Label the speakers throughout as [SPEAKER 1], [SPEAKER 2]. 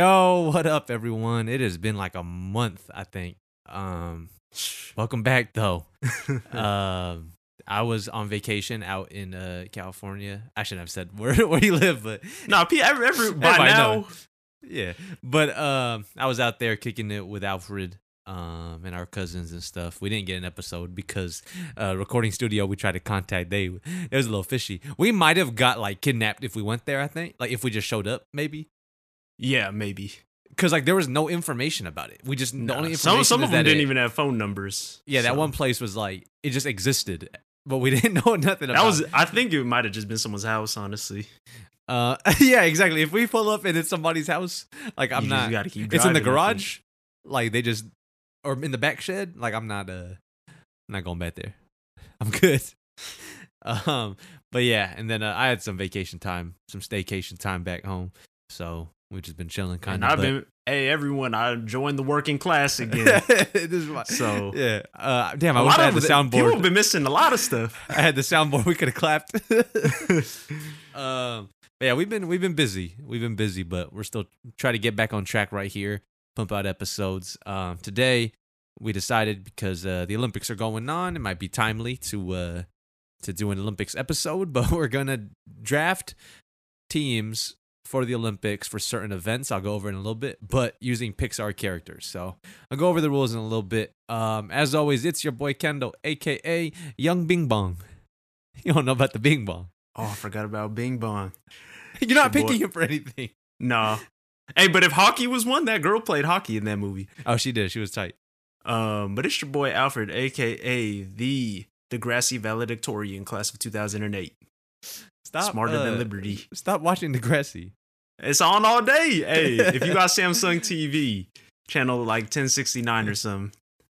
[SPEAKER 1] Yo, what up, everyone? It has been like a month, I think. Um, welcome back, though. um, I was on vacation out in uh, California. I shouldn't have said where where you live, but
[SPEAKER 2] Nah, P, every, every, by
[SPEAKER 1] Everybody
[SPEAKER 2] now,
[SPEAKER 1] knows. yeah. But um, I was out there kicking it with Alfred um, and our cousins and stuff. We didn't get an episode because uh, recording studio we tried to contact. They it was a little fishy. We might have got like kidnapped if we went there. I think like if we just showed up, maybe
[SPEAKER 2] yeah, maybe.
[SPEAKER 1] because like there was no information about it. We just the
[SPEAKER 2] Nah,
[SPEAKER 1] only information
[SPEAKER 2] some some
[SPEAKER 1] is
[SPEAKER 2] of them
[SPEAKER 1] that
[SPEAKER 2] didn't
[SPEAKER 1] it-
[SPEAKER 2] even have phone numbers.
[SPEAKER 1] Yeah, that
[SPEAKER 2] so.
[SPEAKER 1] one place was like it just existed, but we didn't know nothing.
[SPEAKER 2] That
[SPEAKER 1] about
[SPEAKER 2] was.
[SPEAKER 1] it.
[SPEAKER 2] I think it might have just been someone's house. Honestly,
[SPEAKER 1] Uh, yeah, exactly. If we pull up and it's somebody's house, like I'm
[SPEAKER 2] You just
[SPEAKER 1] not.
[SPEAKER 2] gotta keep
[SPEAKER 1] it's in the
[SPEAKER 2] driving, I think.
[SPEAKER 1] garage. Like they just, or in the back shed. Like I'm not. Uh, I'm not going back there. I'm good. um, but yeah, and then uh, I had some vacation time, some staycation time back home. So we've just been chilling, kind
[SPEAKER 2] And
[SPEAKER 1] of.
[SPEAKER 2] I've been. Hey, everyone! I joined the working class again.
[SPEAKER 1] this is why.
[SPEAKER 2] So-
[SPEAKER 1] yeah. Uh, damn,
[SPEAKER 2] A
[SPEAKER 1] I wish
[SPEAKER 2] lot
[SPEAKER 1] I had the
[SPEAKER 2] of the- People have
[SPEAKER 1] soundboard.
[SPEAKER 2] been missing a lot of stuff.
[SPEAKER 1] I had the soundboard. We could have clapped. um, but yeah, we've been we've been busy. We've been busy, but we're still trying to get back on track right here. Pump out episodes. Um, today we decided because uh, the Olympics are going on, it might be timely to uh to do an Olympics episode. But we're gonna draft teams for the Olympics for certain events. I'll go over in a little bit, but using Pixar characters. So I'll go over the rules in a little bit. Um, as always, it's your boy Kendall, aka Young Bing Bong. You don't know about the Bing Bong.
[SPEAKER 2] Oh, I forgot about Bing Bong.
[SPEAKER 1] You're not
[SPEAKER 2] Your boy-
[SPEAKER 1] picking him for anything.
[SPEAKER 2] Nah. Hey, but if hockey was one, that girl played hockey in that movie.
[SPEAKER 1] Oh, she did. She was tight.
[SPEAKER 2] Um, but it's your boy Alfred, aka the Degrassi valedictorian class of 2008.
[SPEAKER 1] Stop.
[SPEAKER 2] Smarter
[SPEAKER 1] uh,
[SPEAKER 2] than Liberty.
[SPEAKER 1] Stop watching Degrassi.
[SPEAKER 2] It's on all day. Hey, if you got Samsung TV, channel like 1069 or something.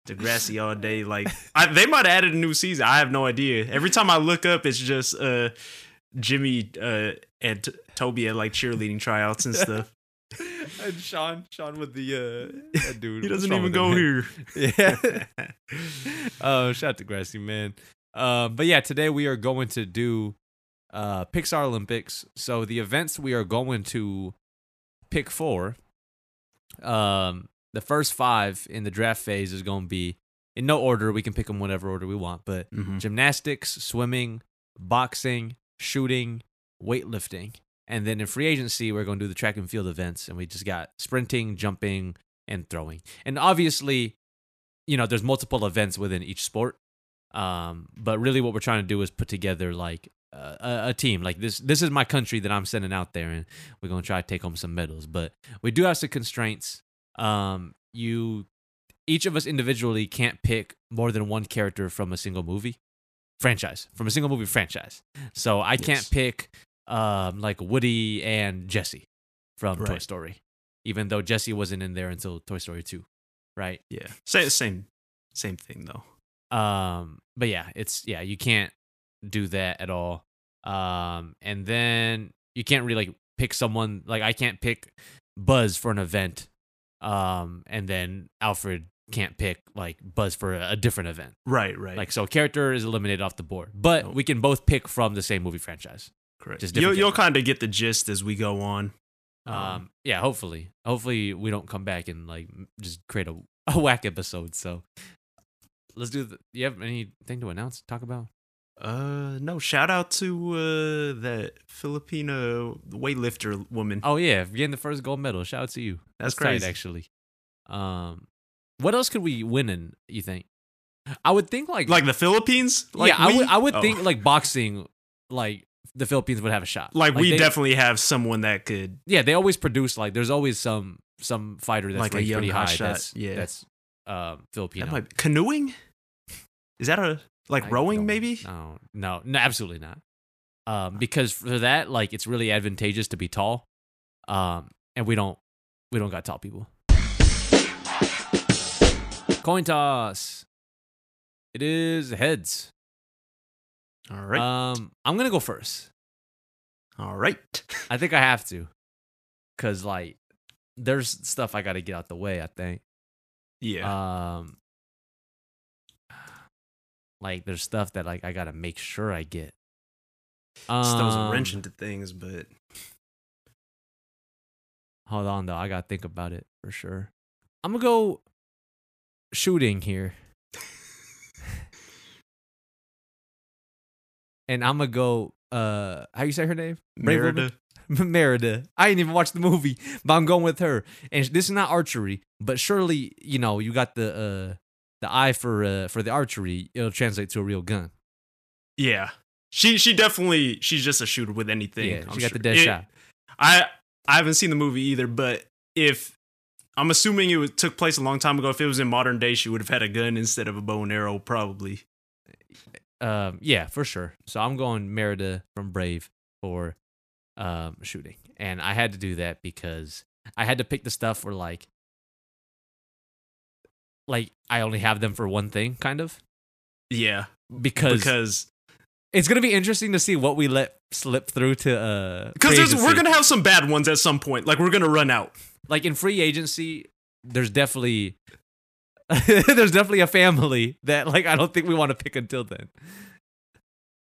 [SPEAKER 2] Degrassi all day. Like I, they might have added a new season. I have no idea. Every time I look up, it's just uh Jimmy uh and T- Toby at like cheerleading tryouts and stuff.
[SPEAKER 1] and Sean, Sean with the uh, that dude.
[SPEAKER 2] He
[SPEAKER 1] What's
[SPEAKER 2] doesn't
[SPEAKER 1] wrong
[SPEAKER 2] even
[SPEAKER 1] with
[SPEAKER 2] go
[SPEAKER 1] him, man?
[SPEAKER 2] here.
[SPEAKER 1] yeah. uh, shout out to Grassy man. Uh, but yeah, today we are going to do uh, Pixar Olympics. So the events we are going to pick for, um, the first five in the draft phase is going to be in no order. We can pick them whatever order we want, but
[SPEAKER 2] Mhm.
[SPEAKER 1] gymnastics, swimming, boxing, shooting, weightlifting. And then in free agency, we're going to do the track and field events. And we just got sprinting, jumping, and throwing. And obviously, you know, there's multiple events within each sport. Um, but really, what we're trying to do is put together like uh, a, a team. Like this, this is my country that I'm sending out there, and we're gonna try to take home some medals. But we do have some constraints. Um, you, each of us individually can't pick more than one character from a single movie franchise, from a single movie franchise. So I can't
[SPEAKER 2] Yes.
[SPEAKER 1] pick um like Woody and Jesse from Toy
[SPEAKER 2] Right.
[SPEAKER 1] Story, even though Jesse wasn't in there until Toy Story two, right?
[SPEAKER 2] Yeah. Same same same thing though.
[SPEAKER 1] Um, but yeah, it's yeah, you can't do that at all. Um, and then you can't really like pick someone like I can't pick Buzz for an event. Um, and then Alfred can't pick like Buzz for a, a different event.
[SPEAKER 2] Right, right.
[SPEAKER 1] Like so, character is eliminated off the board, but
[SPEAKER 2] Nope.
[SPEAKER 1] we can both pick from the same movie franchise.
[SPEAKER 2] correct.
[SPEAKER 1] just
[SPEAKER 2] you'll
[SPEAKER 1] different
[SPEAKER 2] you'll kind of get the gist as we go on. Oh.
[SPEAKER 1] Um, yeah, hopefully, hopefully we don't come back and like m- just create a, a whack episode. So let's do. The, you have anything to announce? Talk about?
[SPEAKER 2] Uh no, shout out to uh that Filipino weightlifter woman.
[SPEAKER 1] Oh yeah, for getting the first gold medal. Shout out to you.
[SPEAKER 2] That's
[SPEAKER 1] tight,
[SPEAKER 2] crazy.
[SPEAKER 1] actually. Um, what else could we win in? You think? I would think like,
[SPEAKER 2] Like the Philippines? Like
[SPEAKER 1] yeah, I
[SPEAKER 2] we-
[SPEAKER 1] would I would
[SPEAKER 2] Oh.
[SPEAKER 1] think like boxing, like the Philippines would have a shot.
[SPEAKER 2] like, we
[SPEAKER 1] they-
[SPEAKER 2] definitely have someone that could
[SPEAKER 1] yeah they always produce like there's always some some fighter that's
[SPEAKER 2] Like a
[SPEAKER 1] ranked
[SPEAKER 2] young
[SPEAKER 1] pretty high
[SPEAKER 2] hot shot,
[SPEAKER 1] that's
[SPEAKER 2] yeah.
[SPEAKER 1] that's um
[SPEAKER 2] that
[SPEAKER 1] Filipino.
[SPEAKER 2] might be, canoeing. Is that a like
[SPEAKER 1] I
[SPEAKER 2] rowing
[SPEAKER 1] don't-
[SPEAKER 2] maybe?
[SPEAKER 1] No, no, no, absolutely not. Um, because for that, like, it's really advantageous to be tall. Um, and we don't, we don't got tall people. Coin toss. It is heads.
[SPEAKER 2] All right,
[SPEAKER 1] Um, I'm gonna go first.
[SPEAKER 2] all right.
[SPEAKER 1] I think I have to, cause like, there's stuff I got to get out the way. I think.
[SPEAKER 2] Yeah,
[SPEAKER 1] Um like there's stuff that like I gotta make sure I get. Um,
[SPEAKER 2] just throws a wrench into things, but
[SPEAKER 1] Hold on though, I gotta think about it for sure. I'm gonna go shooting here, and I'm gonna go. Uh, how you say her name? Brave Woman?
[SPEAKER 2] Merida.
[SPEAKER 1] Merida. I didn't even watch the movie, but I'm going with her. And this is not archery, but surely you know you got the uh the eye for uh, for the archery. It'll translate to a real gun.
[SPEAKER 2] Yeah. She she definitely she's just a shooter with anything.
[SPEAKER 1] yeah, she
[SPEAKER 2] I'm
[SPEAKER 1] got
[SPEAKER 2] sure.
[SPEAKER 1] the dead
[SPEAKER 2] It-
[SPEAKER 1] shot.
[SPEAKER 2] I I haven't seen the movie either, but if I'm assuming it was, took place a long time ago, if it was in modern day, she would have had a gun instead of a bow and arrow, probably.
[SPEAKER 1] Um, yeah, for sure. So I'm going Merida from Brave for um shooting, and I had to do that because I had to pick the stuff where like like I only have them for one thing, kind of
[SPEAKER 2] Yeah,
[SPEAKER 1] because,
[SPEAKER 2] because
[SPEAKER 1] it's gonna be interesting to see what we let slip through to uh free
[SPEAKER 2] because we're
[SPEAKER 1] agency.
[SPEAKER 2] gonna have some bad ones at some point. Like we're gonna run out.
[SPEAKER 1] like in free agency, there's definitely there's definitely a family that like I don't think we want to pick until then.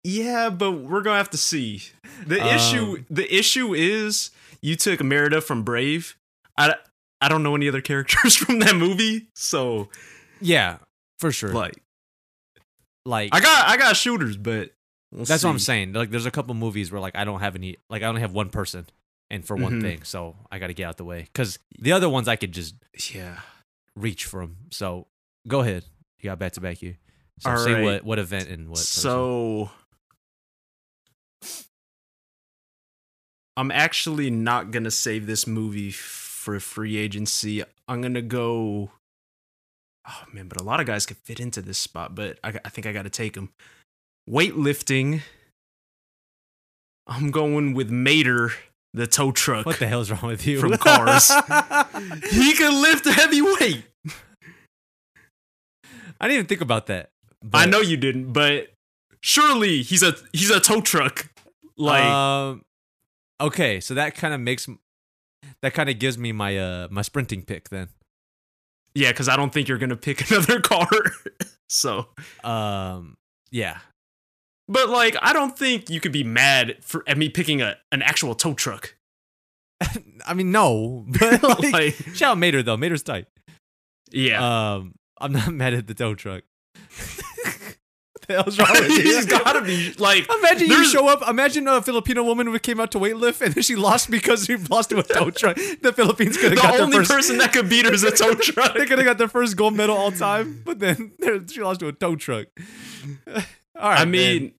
[SPEAKER 2] Yeah, but we're gonna have to see. The
[SPEAKER 1] Um,
[SPEAKER 2] issue the issue is you took Merida from Brave. I I don't know any other characters from that movie, so
[SPEAKER 1] Yeah, for sure.
[SPEAKER 2] like
[SPEAKER 1] like
[SPEAKER 2] I got I got shooters, but we'll
[SPEAKER 1] that's what I'm
[SPEAKER 2] see.
[SPEAKER 1] saying. Like there's a couple movies where like I don't have any like I only have one person and for one
[SPEAKER 2] Mhm.
[SPEAKER 1] thing, so I got to get out the way cuz the other ones I could just
[SPEAKER 2] Yeah.
[SPEAKER 1] reach from. So go ahead. You got back to back you. So
[SPEAKER 2] All
[SPEAKER 1] say
[SPEAKER 2] right.
[SPEAKER 1] what what event and what person.
[SPEAKER 2] So I'm actually not gonna save this movie for free agency. I'm gonna go. Oh man, but a lot of guys could fit into this spot, but I, I think I gotta take them. Weightlifting. I'm going with Mater, the tow truck.
[SPEAKER 1] what the hell's wrong with you?
[SPEAKER 2] From Cars. he can lift a heavy weight.
[SPEAKER 1] I didn't even think about that.
[SPEAKER 2] I
[SPEAKER 1] but-
[SPEAKER 2] know you didn't, but surely he's a he's a tow truck. Like
[SPEAKER 1] um, okay, so that kind of makes m- that kind of gives me my uh my sprinting pick then.
[SPEAKER 2] Yeah, because I don't think you're gonna pick another car. so,
[SPEAKER 1] Um, yeah,
[SPEAKER 2] but like, I don't think you could be mad for at me picking a an actual tow truck.
[SPEAKER 1] I mean no, but like,
[SPEAKER 2] Like,
[SPEAKER 1] shout out Mater though. Mater's tight.
[SPEAKER 2] yeah,
[SPEAKER 1] Um, I'm not mad at the tow truck. what the hell's wrong with you?
[SPEAKER 2] he's gotta be like.
[SPEAKER 1] Imagine you
[SPEAKER 2] there's-
[SPEAKER 1] show up. Imagine a Filipino woman who came out to weightlift and then she lost because she lost to a tow truck. The Philippines could have
[SPEAKER 2] The
[SPEAKER 1] got their
[SPEAKER 2] only
[SPEAKER 1] first.
[SPEAKER 2] person that could beat her is a tow truck.
[SPEAKER 1] they could have got their first gold medal all time, but then they're- she lost to a tow truck. all right,
[SPEAKER 2] I
[SPEAKER 1] man.
[SPEAKER 2] mean,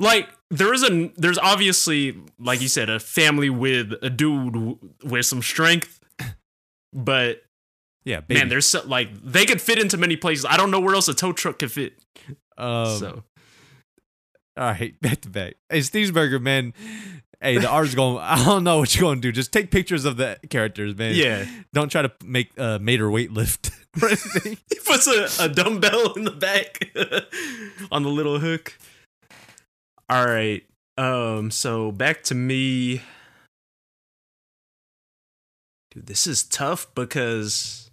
[SPEAKER 2] like there is a there's obviously like you said a family with a dude w- with some strength, but
[SPEAKER 1] yeah, baby.
[SPEAKER 2] man, there's so, like they could fit into many places. I don't know where else a tow truck could fit.
[SPEAKER 1] Um,
[SPEAKER 2] so
[SPEAKER 1] All right, back to back. Hey, Steensberger, man. Hey, the R's going. I don't know what you're going to do. Just take pictures of the characters, man.
[SPEAKER 2] yeah,
[SPEAKER 1] Don't try to make uh, Mater weightlift or anything.
[SPEAKER 2] He puts a, a dumbbell in the back on the little hook. All right. Um, so back to me. Dude, this is tough because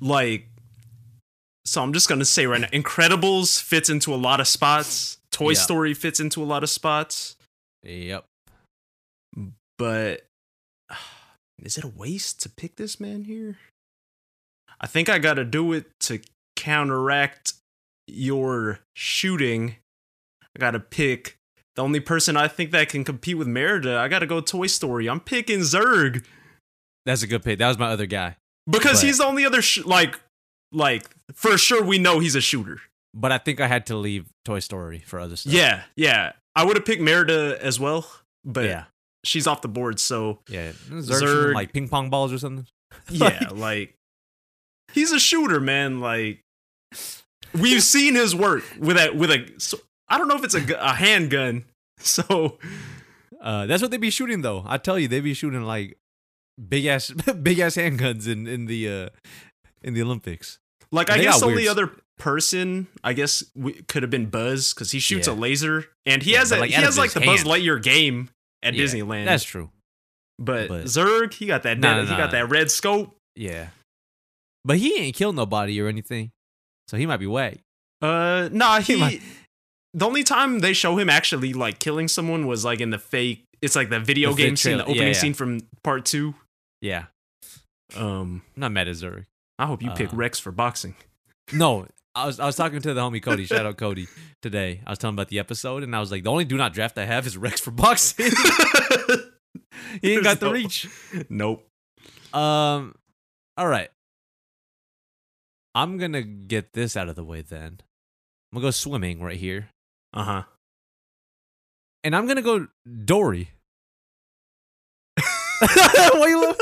[SPEAKER 2] like so I'm just gonna say right now, Incredibles fits into a lot of spots. Toy
[SPEAKER 1] Yeah.
[SPEAKER 2] Story fits into a lot of spots,
[SPEAKER 1] yep.
[SPEAKER 2] but is it a waste to pick this man here? I think I gotta do it to counteract your shooting. I gotta pick the only person I think that can compete with Merida. I gotta go Toy Story. I'm picking Zerg
[SPEAKER 1] That's a good pick. That was my other guy.
[SPEAKER 2] because
[SPEAKER 1] Right.
[SPEAKER 2] he's the only other sh- like like for sure we know he's a shooter.
[SPEAKER 1] But I think I had to leave Toy Story for other stuff.
[SPEAKER 2] Yeah, yeah. I would have picked Merida as well, but
[SPEAKER 1] Yeah.
[SPEAKER 2] she's off the board. So
[SPEAKER 1] Yeah. Zerg,
[SPEAKER 2] Zerg.
[SPEAKER 1] like ping pong balls or something.
[SPEAKER 2] yeah, like he's a shooter, man. Like we've seen his work with a with a. So, I don't know if it's a, gu- a handgun. So
[SPEAKER 1] Uh, that's what they be shooting though. I tell you, they be shooting like big ass, big ass handguns in in the uh, in the Olympics.
[SPEAKER 2] like I
[SPEAKER 1] They
[SPEAKER 2] guess
[SPEAKER 1] got
[SPEAKER 2] only
[SPEAKER 1] weird-
[SPEAKER 2] other person I guess we, could have been Buzz because he shoots
[SPEAKER 1] Yeah.
[SPEAKER 2] a laser and he
[SPEAKER 1] Yeah,
[SPEAKER 2] has
[SPEAKER 1] but,
[SPEAKER 2] a,
[SPEAKER 1] like,
[SPEAKER 2] he
[SPEAKER 1] out of
[SPEAKER 2] has like
[SPEAKER 1] his
[SPEAKER 2] the Buzz
[SPEAKER 1] hand.
[SPEAKER 2] Lightyear game at
[SPEAKER 1] Yeah,
[SPEAKER 2] Disneyland.
[SPEAKER 1] That's true.
[SPEAKER 2] but,
[SPEAKER 1] but-
[SPEAKER 2] Zerg he got that
[SPEAKER 1] No, no,
[SPEAKER 2] he
[SPEAKER 1] no,
[SPEAKER 2] got
[SPEAKER 1] no.
[SPEAKER 2] that red scope.
[SPEAKER 1] Yeah, but he ain't killed nobody or anything, so he might be whack.
[SPEAKER 2] Uh, nah,
[SPEAKER 1] He
[SPEAKER 2] he.
[SPEAKER 1] might-
[SPEAKER 2] the only time they show him actually like killing someone was like in the fake. It's like the video
[SPEAKER 1] The vid
[SPEAKER 2] game scene,
[SPEAKER 1] trailer.
[SPEAKER 2] the
[SPEAKER 1] Yeah,
[SPEAKER 2] opening
[SPEAKER 1] yeah.
[SPEAKER 2] scene from part two.
[SPEAKER 1] Yeah,
[SPEAKER 2] Um,
[SPEAKER 1] I'm not mad at Zurich.
[SPEAKER 2] I hope you pick
[SPEAKER 1] Um,
[SPEAKER 2] Rex for boxing.
[SPEAKER 1] No, I was I was talking to the homie Cody. Shout out Cody today. I was telling him about the episode, and I was like, the only do not draft I have is Rex for boxing. he ain't got the
[SPEAKER 2] No.
[SPEAKER 1] reach.
[SPEAKER 2] nope.
[SPEAKER 1] Um, all right. I'm gonna get this out of the way then. I'm gonna go swimming right here,
[SPEAKER 2] Uh huh.
[SPEAKER 1] and I'm gonna go Dory. Why you look?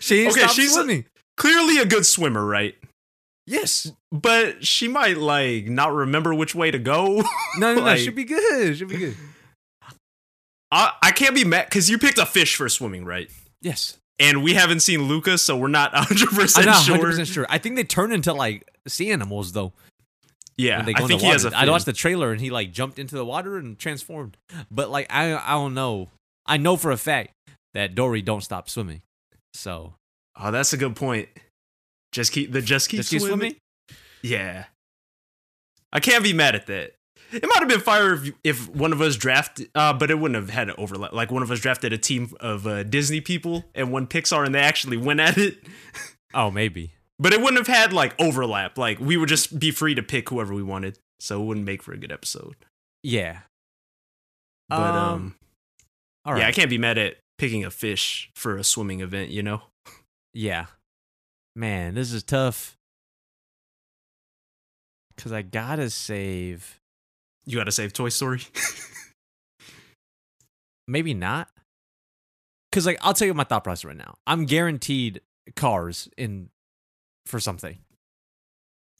[SPEAKER 1] She ain't
[SPEAKER 2] Okay,
[SPEAKER 1] stopped
[SPEAKER 2] she's-
[SPEAKER 1] swimming.
[SPEAKER 2] Clearly a good swimmer, right?
[SPEAKER 1] yes.
[SPEAKER 2] But she might like not remember which way to go.
[SPEAKER 1] No, no, no.
[SPEAKER 2] Like-
[SPEAKER 1] Should be good. Should be good.
[SPEAKER 2] I, I can't be mad because you picked a fish for swimming, right?
[SPEAKER 1] Yes.
[SPEAKER 2] And we haven't seen Luca, so we're not 100
[SPEAKER 1] I'm
[SPEAKER 2] percent
[SPEAKER 1] not
[SPEAKER 2] sure.
[SPEAKER 1] 100 percent sure. I think they turn into like sea animals though.
[SPEAKER 2] Yeah,
[SPEAKER 1] when they go
[SPEAKER 2] I
[SPEAKER 1] in
[SPEAKER 2] think
[SPEAKER 1] the
[SPEAKER 2] he has
[SPEAKER 1] water.
[SPEAKER 2] a.
[SPEAKER 1] I
[SPEAKER 2] fin.
[SPEAKER 1] watched the trailer and he like jumped into the water and transformed. But like I I don't know. I know for a fact that Dory don't stop swimming. So
[SPEAKER 2] Oh, that's a good point. Just keep the just keep,
[SPEAKER 1] just keep
[SPEAKER 2] swimming.
[SPEAKER 1] swimming.
[SPEAKER 2] Yeah, I can't be mad at that. It might have been fire if, if one of us drafted, uh, but it wouldn't have had an overlap. Like one of us drafted a team of uh, Disney people and one Pixar, and they actually went at it.
[SPEAKER 1] Oh, maybe.
[SPEAKER 2] But it wouldn't have had like overlap. Like we would just be free to pick whoever we wanted, so it wouldn't make for a good episode.
[SPEAKER 1] Yeah.
[SPEAKER 2] But um,
[SPEAKER 1] Um, All right.
[SPEAKER 2] yeah,
[SPEAKER 1] Yeah.
[SPEAKER 2] I can't be mad at picking a fish for a swimming event. You know,
[SPEAKER 1] Man, this is tough. Cause I gotta save.
[SPEAKER 2] you got to save Toy Story.
[SPEAKER 1] Maybe not. Cause like I'll tell you my thought process right now. I'm guaranteed cars in for something.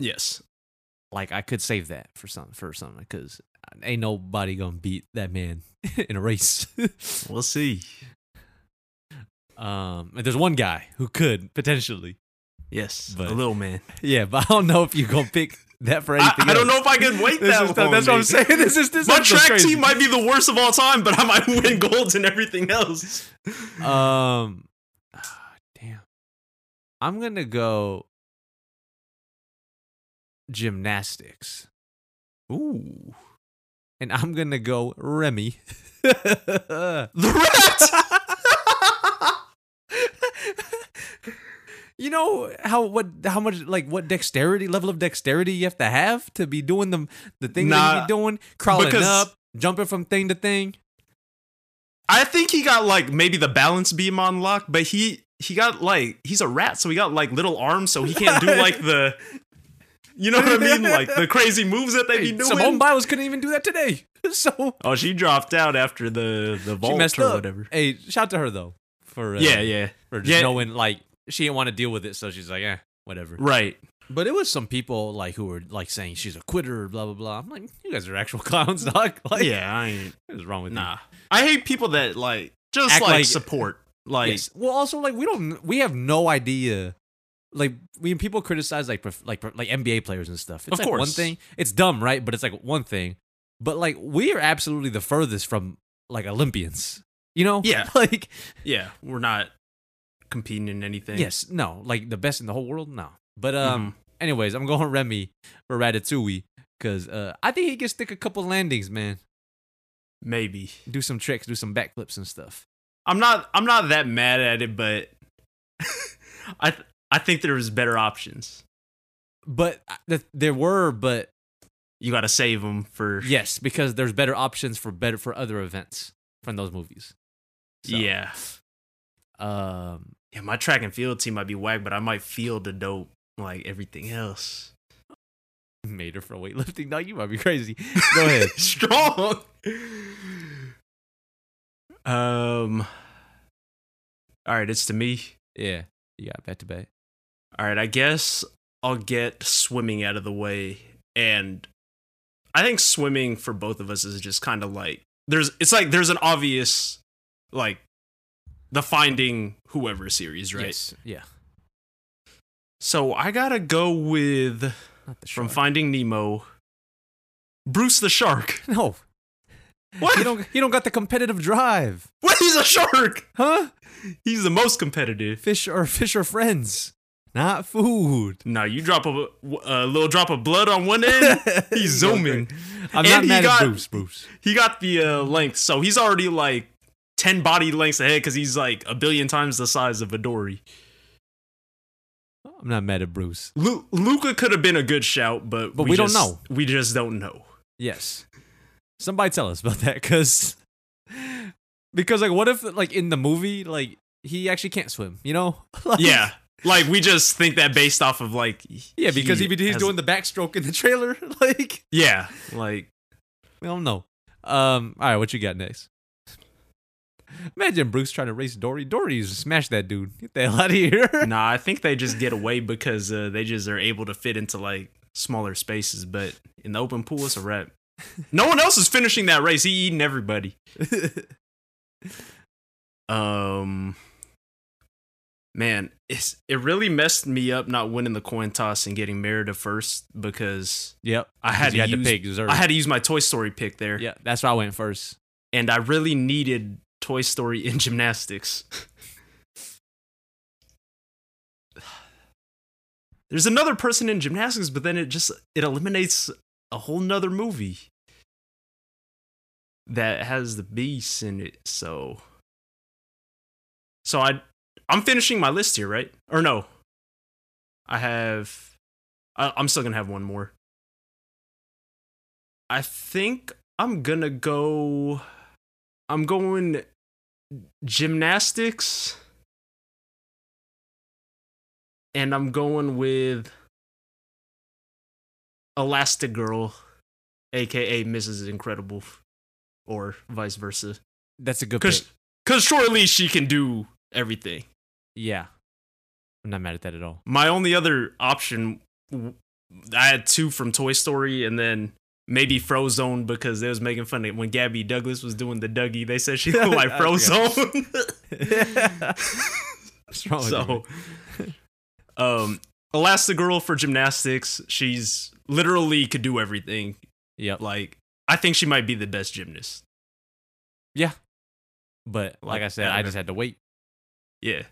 [SPEAKER 2] yes.
[SPEAKER 1] like I could save that for some for something because ain't nobody gonna beat that man in a race.
[SPEAKER 2] We'll see.
[SPEAKER 1] um, and there's one guy who could potentially,
[SPEAKER 2] Yes,
[SPEAKER 1] But-
[SPEAKER 2] a little man.
[SPEAKER 1] yeah, but I don't know if you're gonna pick that for
[SPEAKER 2] I,
[SPEAKER 1] anything.
[SPEAKER 2] I don't
[SPEAKER 1] else.
[SPEAKER 2] know if I can wait
[SPEAKER 1] This
[SPEAKER 2] that
[SPEAKER 1] is-
[SPEAKER 2] long.
[SPEAKER 1] that's what I'm
[SPEAKER 2] dude.
[SPEAKER 1] saying. This is this
[SPEAKER 2] My
[SPEAKER 1] is
[SPEAKER 2] track
[SPEAKER 1] crazy.
[SPEAKER 2] team might be the worst of all time, but I might win golds and everything else.
[SPEAKER 1] Um, ah, damn, I'm gonna go gymnastics,
[SPEAKER 2] Ooh,
[SPEAKER 1] and I'm gonna go Remy.
[SPEAKER 2] the rat.
[SPEAKER 1] You know how what how much like what dexterity level of dexterity you have to have to be doing them the things
[SPEAKER 2] Nah,
[SPEAKER 1] that you're doing, crawling
[SPEAKER 2] because-
[SPEAKER 1] up, jumping from thing to thing.
[SPEAKER 2] I think he got like maybe the balance beam unlocked, but he he got like he's a rat, so he got like little arms, so he can't do like the. You know what I mean? Like the crazy moves that they be
[SPEAKER 1] Hey,
[SPEAKER 2] doing.
[SPEAKER 1] Simone Biles couldn't even do that today, so
[SPEAKER 2] oh, she dropped out after the the
[SPEAKER 1] she
[SPEAKER 2] vault
[SPEAKER 1] messed
[SPEAKER 2] or
[SPEAKER 1] up.
[SPEAKER 2] whatever.
[SPEAKER 1] Hey, shout to her though for uh,
[SPEAKER 2] Yeah, yeah,
[SPEAKER 1] for just
[SPEAKER 2] Yeah.
[SPEAKER 1] knowing like she didn't want to deal with it, so she's like, eh, whatever.
[SPEAKER 2] right.
[SPEAKER 1] But it was some people like who were like saying she's a quitter, blah blah blah. I'm like, you guys are actual clowns, dog. Like,
[SPEAKER 2] yeah, I ain't.
[SPEAKER 1] what is wrong with you?
[SPEAKER 2] Nah, I hate people that like just
[SPEAKER 1] Act
[SPEAKER 2] like,
[SPEAKER 1] like-
[SPEAKER 2] support. Like
[SPEAKER 1] Yes. Well, also like we don't we have no idea. Like when people criticize like prof- like like NBA players and stuff, it's
[SPEAKER 2] Of
[SPEAKER 1] like one
[SPEAKER 2] course.
[SPEAKER 1] thing. It's dumb, right? But it's like one thing. But like we are absolutely the furthest from like Olympians. You know?
[SPEAKER 2] Yeah.
[SPEAKER 1] Like
[SPEAKER 2] yeah, we're not competing in anything. Mm-hmm.
[SPEAKER 1] yes, no, like the best in the whole world, no. But um, anyways, I'm going Remy for Ratatouille because uh, I think he can stick a couple landings, man.
[SPEAKER 2] Mhm. maybe
[SPEAKER 1] Do some tricks, do some backflips and stuff.
[SPEAKER 2] I'm not. I'm not that mad at it, but I th- I think there's better options.
[SPEAKER 1] But uh, th- there were, but
[SPEAKER 2] You got to save them for
[SPEAKER 1] Yes, because there's better options for better for other events from those movies. So,
[SPEAKER 2] yeah.
[SPEAKER 1] Um.
[SPEAKER 2] Yeah, my track and field team might be whack, but I might feel the dope like everything else.
[SPEAKER 1] Made her for weightlifting. No, you might be crazy. Go ahead.
[SPEAKER 2] Strong. Um. All right, it's to me.
[SPEAKER 1] yeah. You got back to back.
[SPEAKER 2] All right, I guess I'll get swimming out of the way. And I think swimming for both of us is just kind of like there's it's like there's an obvious like the finding whoever series, right?
[SPEAKER 1] Yes. Yeah.
[SPEAKER 2] So I got to go with
[SPEAKER 1] Not the
[SPEAKER 2] from
[SPEAKER 1] shark.
[SPEAKER 2] Finding Nemo Bruce the shark.
[SPEAKER 1] no.
[SPEAKER 2] What?
[SPEAKER 1] You don't. You don't got the competitive drive,
[SPEAKER 2] what? He's a shark.
[SPEAKER 1] huh?
[SPEAKER 2] He's the most competitive.
[SPEAKER 1] Fish or fish or friends, not food.
[SPEAKER 2] Now you drop a, a little drop of blood on one end, he's zooming.
[SPEAKER 1] I'm
[SPEAKER 2] And
[SPEAKER 1] not
[SPEAKER 2] he
[SPEAKER 1] mad
[SPEAKER 2] got-
[SPEAKER 1] at Bruce. Bruce.
[SPEAKER 2] he got the uh, length, so he's already like ten body lengths ahead because he's like a billion times the size of Adori.
[SPEAKER 1] I'm not mad at Bruce.
[SPEAKER 2] Lu- Luca could have been a good shout, but
[SPEAKER 1] But we don't
[SPEAKER 2] just-
[SPEAKER 1] know.
[SPEAKER 2] We just don't know.
[SPEAKER 1] Yes. Somebody tell us about that, because because like what if like in the movie like he actually can't swim, you know? Like-
[SPEAKER 2] Yeah, like we just think that based off of like
[SPEAKER 1] Yeah, because he, he's
[SPEAKER 2] has-
[SPEAKER 1] doing the backstroke in the trailer. Like
[SPEAKER 2] yeah like
[SPEAKER 1] we don't know. Um. All right, what you got next? Imagine Bruce trying to race Dory. Dory's smash that dude. Get the hell out of here.
[SPEAKER 2] Nah, I think they just get away because uh, they just are able to fit into like smaller spaces. But in the open pool, it's a wrap. No one else is finishing that race. He eating everybody. Um, man, it's it really messed me up not winning the coin toss and getting Merida first because
[SPEAKER 1] yep.
[SPEAKER 2] I had
[SPEAKER 1] you
[SPEAKER 2] to
[SPEAKER 1] had
[SPEAKER 2] use,
[SPEAKER 1] to pick Zerg.
[SPEAKER 2] I had to use my Toy Story pick there,
[SPEAKER 1] yeah, that's why I went first.
[SPEAKER 2] and I really needed Toy Story in gymnastics. There's another person in gymnastics, but then it just it eliminates a whole nother movie that has the beast in it. So, so I I'm finishing my list here, right? Or no, I have I, I'm still gonna have one more. I think I'm gonna go. I'm going gymnastics. And I'm going with Elastigirl, aka Mrs. Incredible, or vice versa.
[SPEAKER 1] That's a good pick.
[SPEAKER 2] Because because surely she can do everything.
[SPEAKER 1] Yeah. I'm not mad at that at all.
[SPEAKER 2] My only other option, w- I had two from Toy Story, and then maybe Frozone because they was making fun of when Gabby Douglas was doing the Dougie. They said she looked like
[SPEAKER 1] I
[SPEAKER 2] Frozone.
[SPEAKER 1] What's wrong with
[SPEAKER 2] so,
[SPEAKER 1] you?
[SPEAKER 2] um, Elastigirl for gymnastics. She's literally could do everything.
[SPEAKER 1] Yep.
[SPEAKER 2] Like I think she might be the best gymnast.
[SPEAKER 1] But like
[SPEAKER 2] like,
[SPEAKER 1] I said,
[SPEAKER 2] I
[SPEAKER 1] I
[SPEAKER 2] don't
[SPEAKER 1] just had to wait.
[SPEAKER 2] Yeah.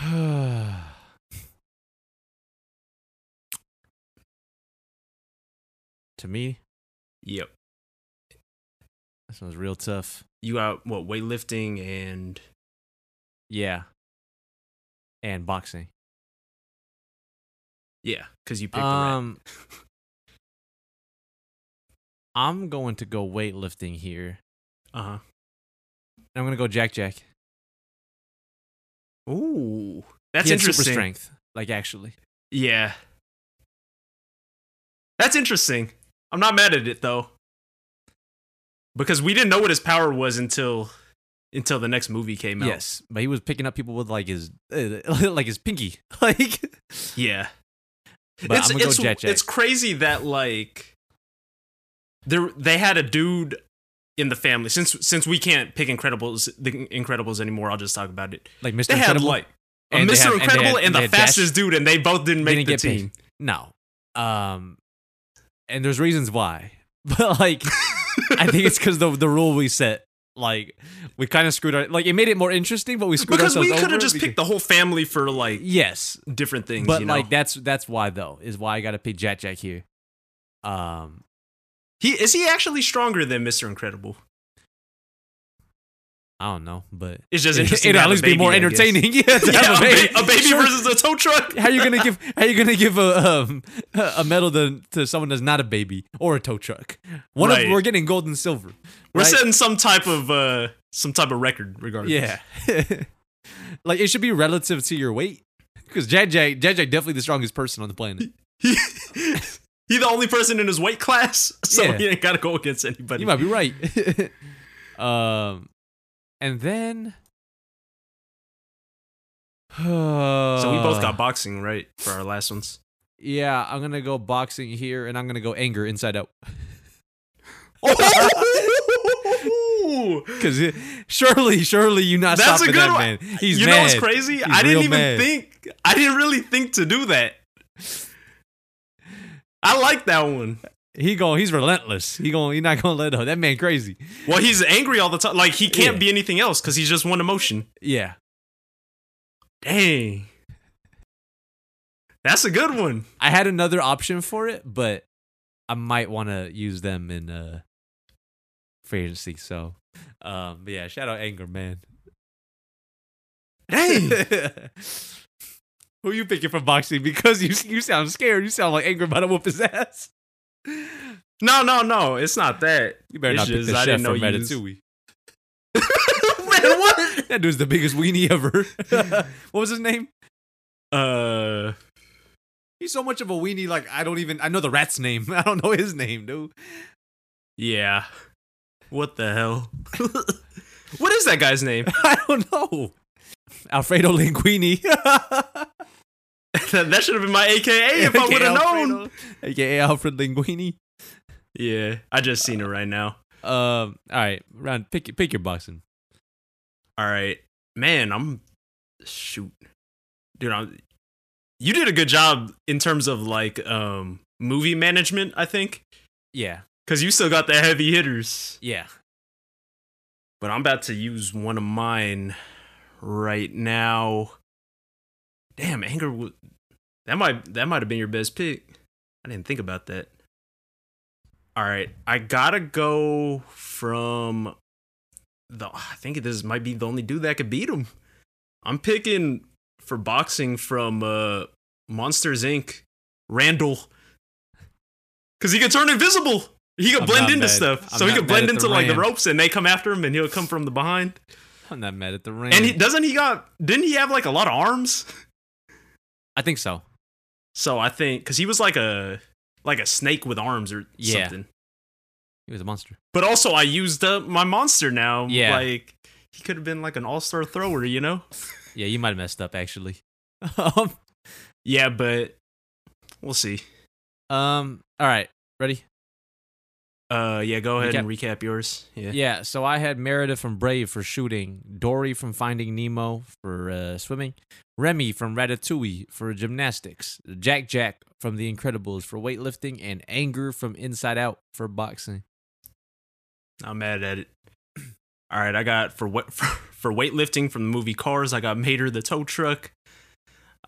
[SPEAKER 1] to me,
[SPEAKER 2] Yep.
[SPEAKER 1] this one's real tough.
[SPEAKER 2] You got what weightlifting and
[SPEAKER 1] Yeah. And boxing.
[SPEAKER 2] yeah, because you picked
[SPEAKER 1] Um I'm going to go weightlifting here.
[SPEAKER 2] the rat. Uh
[SPEAKER 1] I'm going to go Jack Jack.
[SPEAKER 2] huh. Ooh, that's
[SPEAKER 1] he had
[SPEAKER 2] interesting.
[SPEAKER 1] super strength, like actually.
[SPEAKER 2] Yeah. That's interesting. I'm not mad at it though. Because we didn't know what his power was until until the next movie came out.
[SPEAKER 1] Yes, but he was picking up people with like his uh, like his pinky. Like
[SPEAKER 2] Yeah.
[SPEAKER 1] But I'm gonna go
[SPEAKER 2] it's,
[SPEAKER 1] Jet Jack.
[SPEAKER 2] it's crazy that like there they had a dude in the family since since we can't pick Incredibles the Incredibles anymore. I'll just talk about it.
[SPEAKER 1] like Mr.
[SPEAKER 2] They had
[SPEAKER 1] Incredible.
[SPEAKER 2] like a
[SPEAKER 1] and they
[SPEAKER 2] Mr.
[SPEAKER 1] had- and they had-
[SPEAKER 2] Incredible and,
[SPEAKER 1] and
[SPEAKER 2] the
[SPEAKER 1] they had Dash-
[SPEAKER 2] fastest dude, and they both didn't make
[SPEAKER 1] Didn't
[SPEAKER 2] the
[SPEAKER 1] get picked.
[SPEAKER 2] team.
[SPEAKER 1] No. Um and there's reasons why. But like I think it's cuz the the rule we set like we kind of screwed our like it made it more interesting but we screwed
[SPEAKER 2] Because we
[SPEAKER 1] ourselves
[SPEAKER 2] could
[SPEAKER 1] over
[SPEAKER 2] have just
[SPEAKER 1] because-
[SPEAKER 2] picked the whole family for like
[SPEAKER 1] Yes.
[SPEAKER 2] different things.
[SPEAKER 1] But
[SPEAKER 2] you know?
[SPEAKER 1] like that's that's why though is why I got to pick Jack Jack here. Um
[SPEAKER 2] He is he actually stronger than Mr. Incredible?
[SPEAKER 1] I don't know, but
[SPEAKER 2] It's just
[SPEAKER 1] it,
[SPEAKER 2] interesting.
[SPEAKER 1] it'd
[SPEAKER 2] to
[SPEAKER 1] at
[SPEAKER 2] have a
[SPEAKER 1] least be
[SPEAKER 2] baby,
[SPEAKER 1] more
[SPEAKER 2] I guess.
[SPEAKER 1] entertaining. Yeah, to
[SPEAKER 2] Yeah,
[SPEAKER 1] have
[SPEAKER 2] a, ba- a baby
[SPEAKER 1] Sure.
[SPEAKER 2] versus a tow truck.
[SPEAKER 1] how you gonna give how you gonna give a um, a medal to, to someone that's not a baby or a tow truck? One
[SPEAKER 2] Right.
[SPEAKER 1] of we're getting gold and silver.
[SPEAKER 2] We're
[SPEAKER 1] right?
[SPEAKER 2] setting some type of uh some type of record regardless.
[SPEAKER 1] yeah, like it should be relative to your weight because Jack Jack Jack Jack definitely the strongest person on the planet.
[SPEAKER 2] He, he the only person in his weight class, so
[SPEAKER 1] Yeah.
[SPEAKER 2] he ain't gotta go against anybody.
[SPEAKER 1] You might be right. um, and then
[SPEAKER 2] so we both got boxing right for our last ones.
[SPEAKER 1] Yeah, I'm gonna go boxing here, and I'm gonna go anger inside out. Because surely, surely you not
[SPEAKER 2] That's a
[SPEAKER 1] stopping
[SPEAKER 2] good
[SPEAKER 1] that
[SPEAKER 2] one.
[SPEAKER 1] man. He's
[SPEAKER 2] you know
[SPEAKER 1] mad.
[SPEAKER 2] what's crazy?
[SPEAKER 1] He's
[SPEAKER 2] I didn't
[SPEAKER 1] real
[SPEAKER 2] even
[SPEAKER 1] mad.
[SPEAKER 2] think. I didn't really think to do that. I like that one.
[SPEAKER 1] He going. He's relentless. He going. He's not gonna let up. That man crazy.
[SPEAKER 2] Well, he's angry all the time. Like he can't
[SPEAKER 1] Yeah.
[SPEAKER 2] be anything else because he's just one emotion.
[SPEAKER 1] Yeah.
[SPEAKER 2] Dang, that's a good one.
[SPEAKER 1] I had another option for it, but I might want to use them in uh, free agency. So Um, but yeah, shout out Anger Man.
[SPEAKER 2] Dang.
[SPEAKER 1] Who you picking for boxing? Because you you sound scared. You sound like Anger about to whoop his ass.
[SPEAKER 2] No, no, no. It's not that.
[SPEAKER 1] You better
[SPEAKER 2] It's
[SPEAKER 1] not
[SPEAKER 2] just
[SPEAKER 1] pick the
[SPEAKER 2] I
[SPEAKER 1] chef
[SPEAKER 2] didn't
[SPEAKER 1] from
[SPEAKER 2] know you was-
[SPEAKER 1] Ratatouille. Man, what? That dude's the biggest weenie ever. what was his name?
[SPEAKER 2] Uh,
[SPEAKER 1] He's so much of a weenie. Like I don't even. I know the rat's name. I don't know his name, dude.
[SPEAKER 2] yeah. What the hell? what is that guy's name?
[SPEAKER 1] I don't know. Alfredo Linguini.
[SPEAKER 2] that should have been my AKA if I would have known.
[SPEAKER 1] AKA Alfred Linguini.
[SPEAKER 2] Yeah, I just seen it right now.
[SPEAKER 1] Um. All right, round. Pick pick your boxing.
[SPEAKER 2] All right, man. I'm shoot, dude. I'm, you did a good job in terms of like um movie management. I think
[SPEAKER 1] Yeah.
[SPEAKER 2] because you still got the heavy hitters.
[SPEAKER 1] Yeah.
[SPEAKER 2] But I'm about to use one of mine right now. Damn, anger. wa- That might that might have been your best pick. I didn't think about that. All right, I gotta go from the. I think this might be the only dude that could beat him. I'm picking for boxing from uh, Monsters Inc. Randall, because he could turn invisible. He could
[SPEAKER 1] I'm
[SPEAKER 2] blend
[SPEAKER 1] not
[SPEAKER 2] into
[SPEAKER 1] mad.
[SPEAKER 2] stuff,
[SPEAKER 1] I'm
[SPEAKER 2] so he
[SPEAKER 1] not mad
[SPEAKER 2] could blend
[SPEAKER 1] at the
[SPEAKER 2] into like the
[SPEAKER 1] Rand.
[SPEAKER 2] ropes, and they come after him, and he'll come from the behind.
[SPEAKER 1] I'm not mad at the ring.
[SPEAKER 2] And he doesn't he got didn't he have like a lot of arms?
[SPEAKER 1] I think so.
[SPEAKER 2] So I think because he was like a like a snake with arms or
[SPEAKER 1] Yeah.
[SPEAKER 2] something.
[SPEAKER 1] He was a monster.
[SPEAKER 2] But also I used up my monster now.
[SPEAKER 1] Yeah.
[SPEAKER 2] Like he could have been like an all star thrower, you know?
[SPEAKER 1] Yeah, you might have messed up actually. um.
[SPEAKER 2] Yeah, but we'll see.
[SPEAKER 1] Um. All right. Ready?
[SPEAKER 2] Uh yeah, go ahead
[SPEAKER 1] Recap.
[SPEAKER 2] and recap yours. Yeah.
[SPEAKER 1] Yeah. So I had Meredith from Brave for shooting, Dory from Finding Nemo for uh, swimming, Remy from Ratatouille for gymnastics, Jack Jack from The Incredibles for weightlifting, and Anger from Inside Out for boxing.
[SPEAKER 2] I'm mad at it. All right, I got for what for, for weightlifting from the movie Cars. I got Mater the tow truck.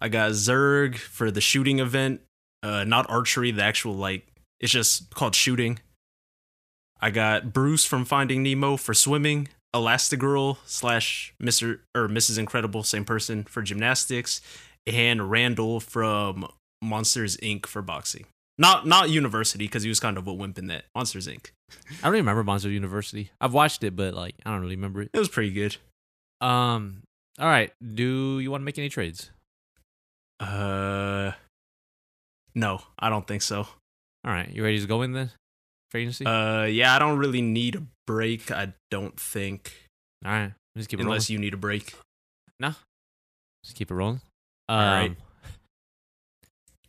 [SPEAKER 2] I got Zerg for the shooting event, uh, not archery. The actual like it's just called shooting. I got Bruce from Finding Nemo for swimming. Elastigirl slash Mister or Mrs. Incredible, same person for gymnastics, and Randall from Monsters Inc. for boxing. Not not university because he was kind of a wimp in that Monsters Inc.
[SPEAKER 1] I don't even remember Monster University. I've watched it, but like I don't really remember it.
[SPEAKER 2] It was pretty good.
[SPEAKER 1] Um. All right. Do you want to make any trades?
[SPEAKER 2] Uh, no, I don't think so.
[SPEAKER 1] All right. You ready to go in then? Free agency.
[SPEAKER 2] Uh, yeah, I don't really need a break. I don't think,
[SPEAKER 1] All right. Let's keep it rolling.
[SPEAKER 2] unless you need a break.
[SPEAKER 1] Let's keep it rolling. Um, all
[SPEAKER 2] right.
[SPEAKER 1] right.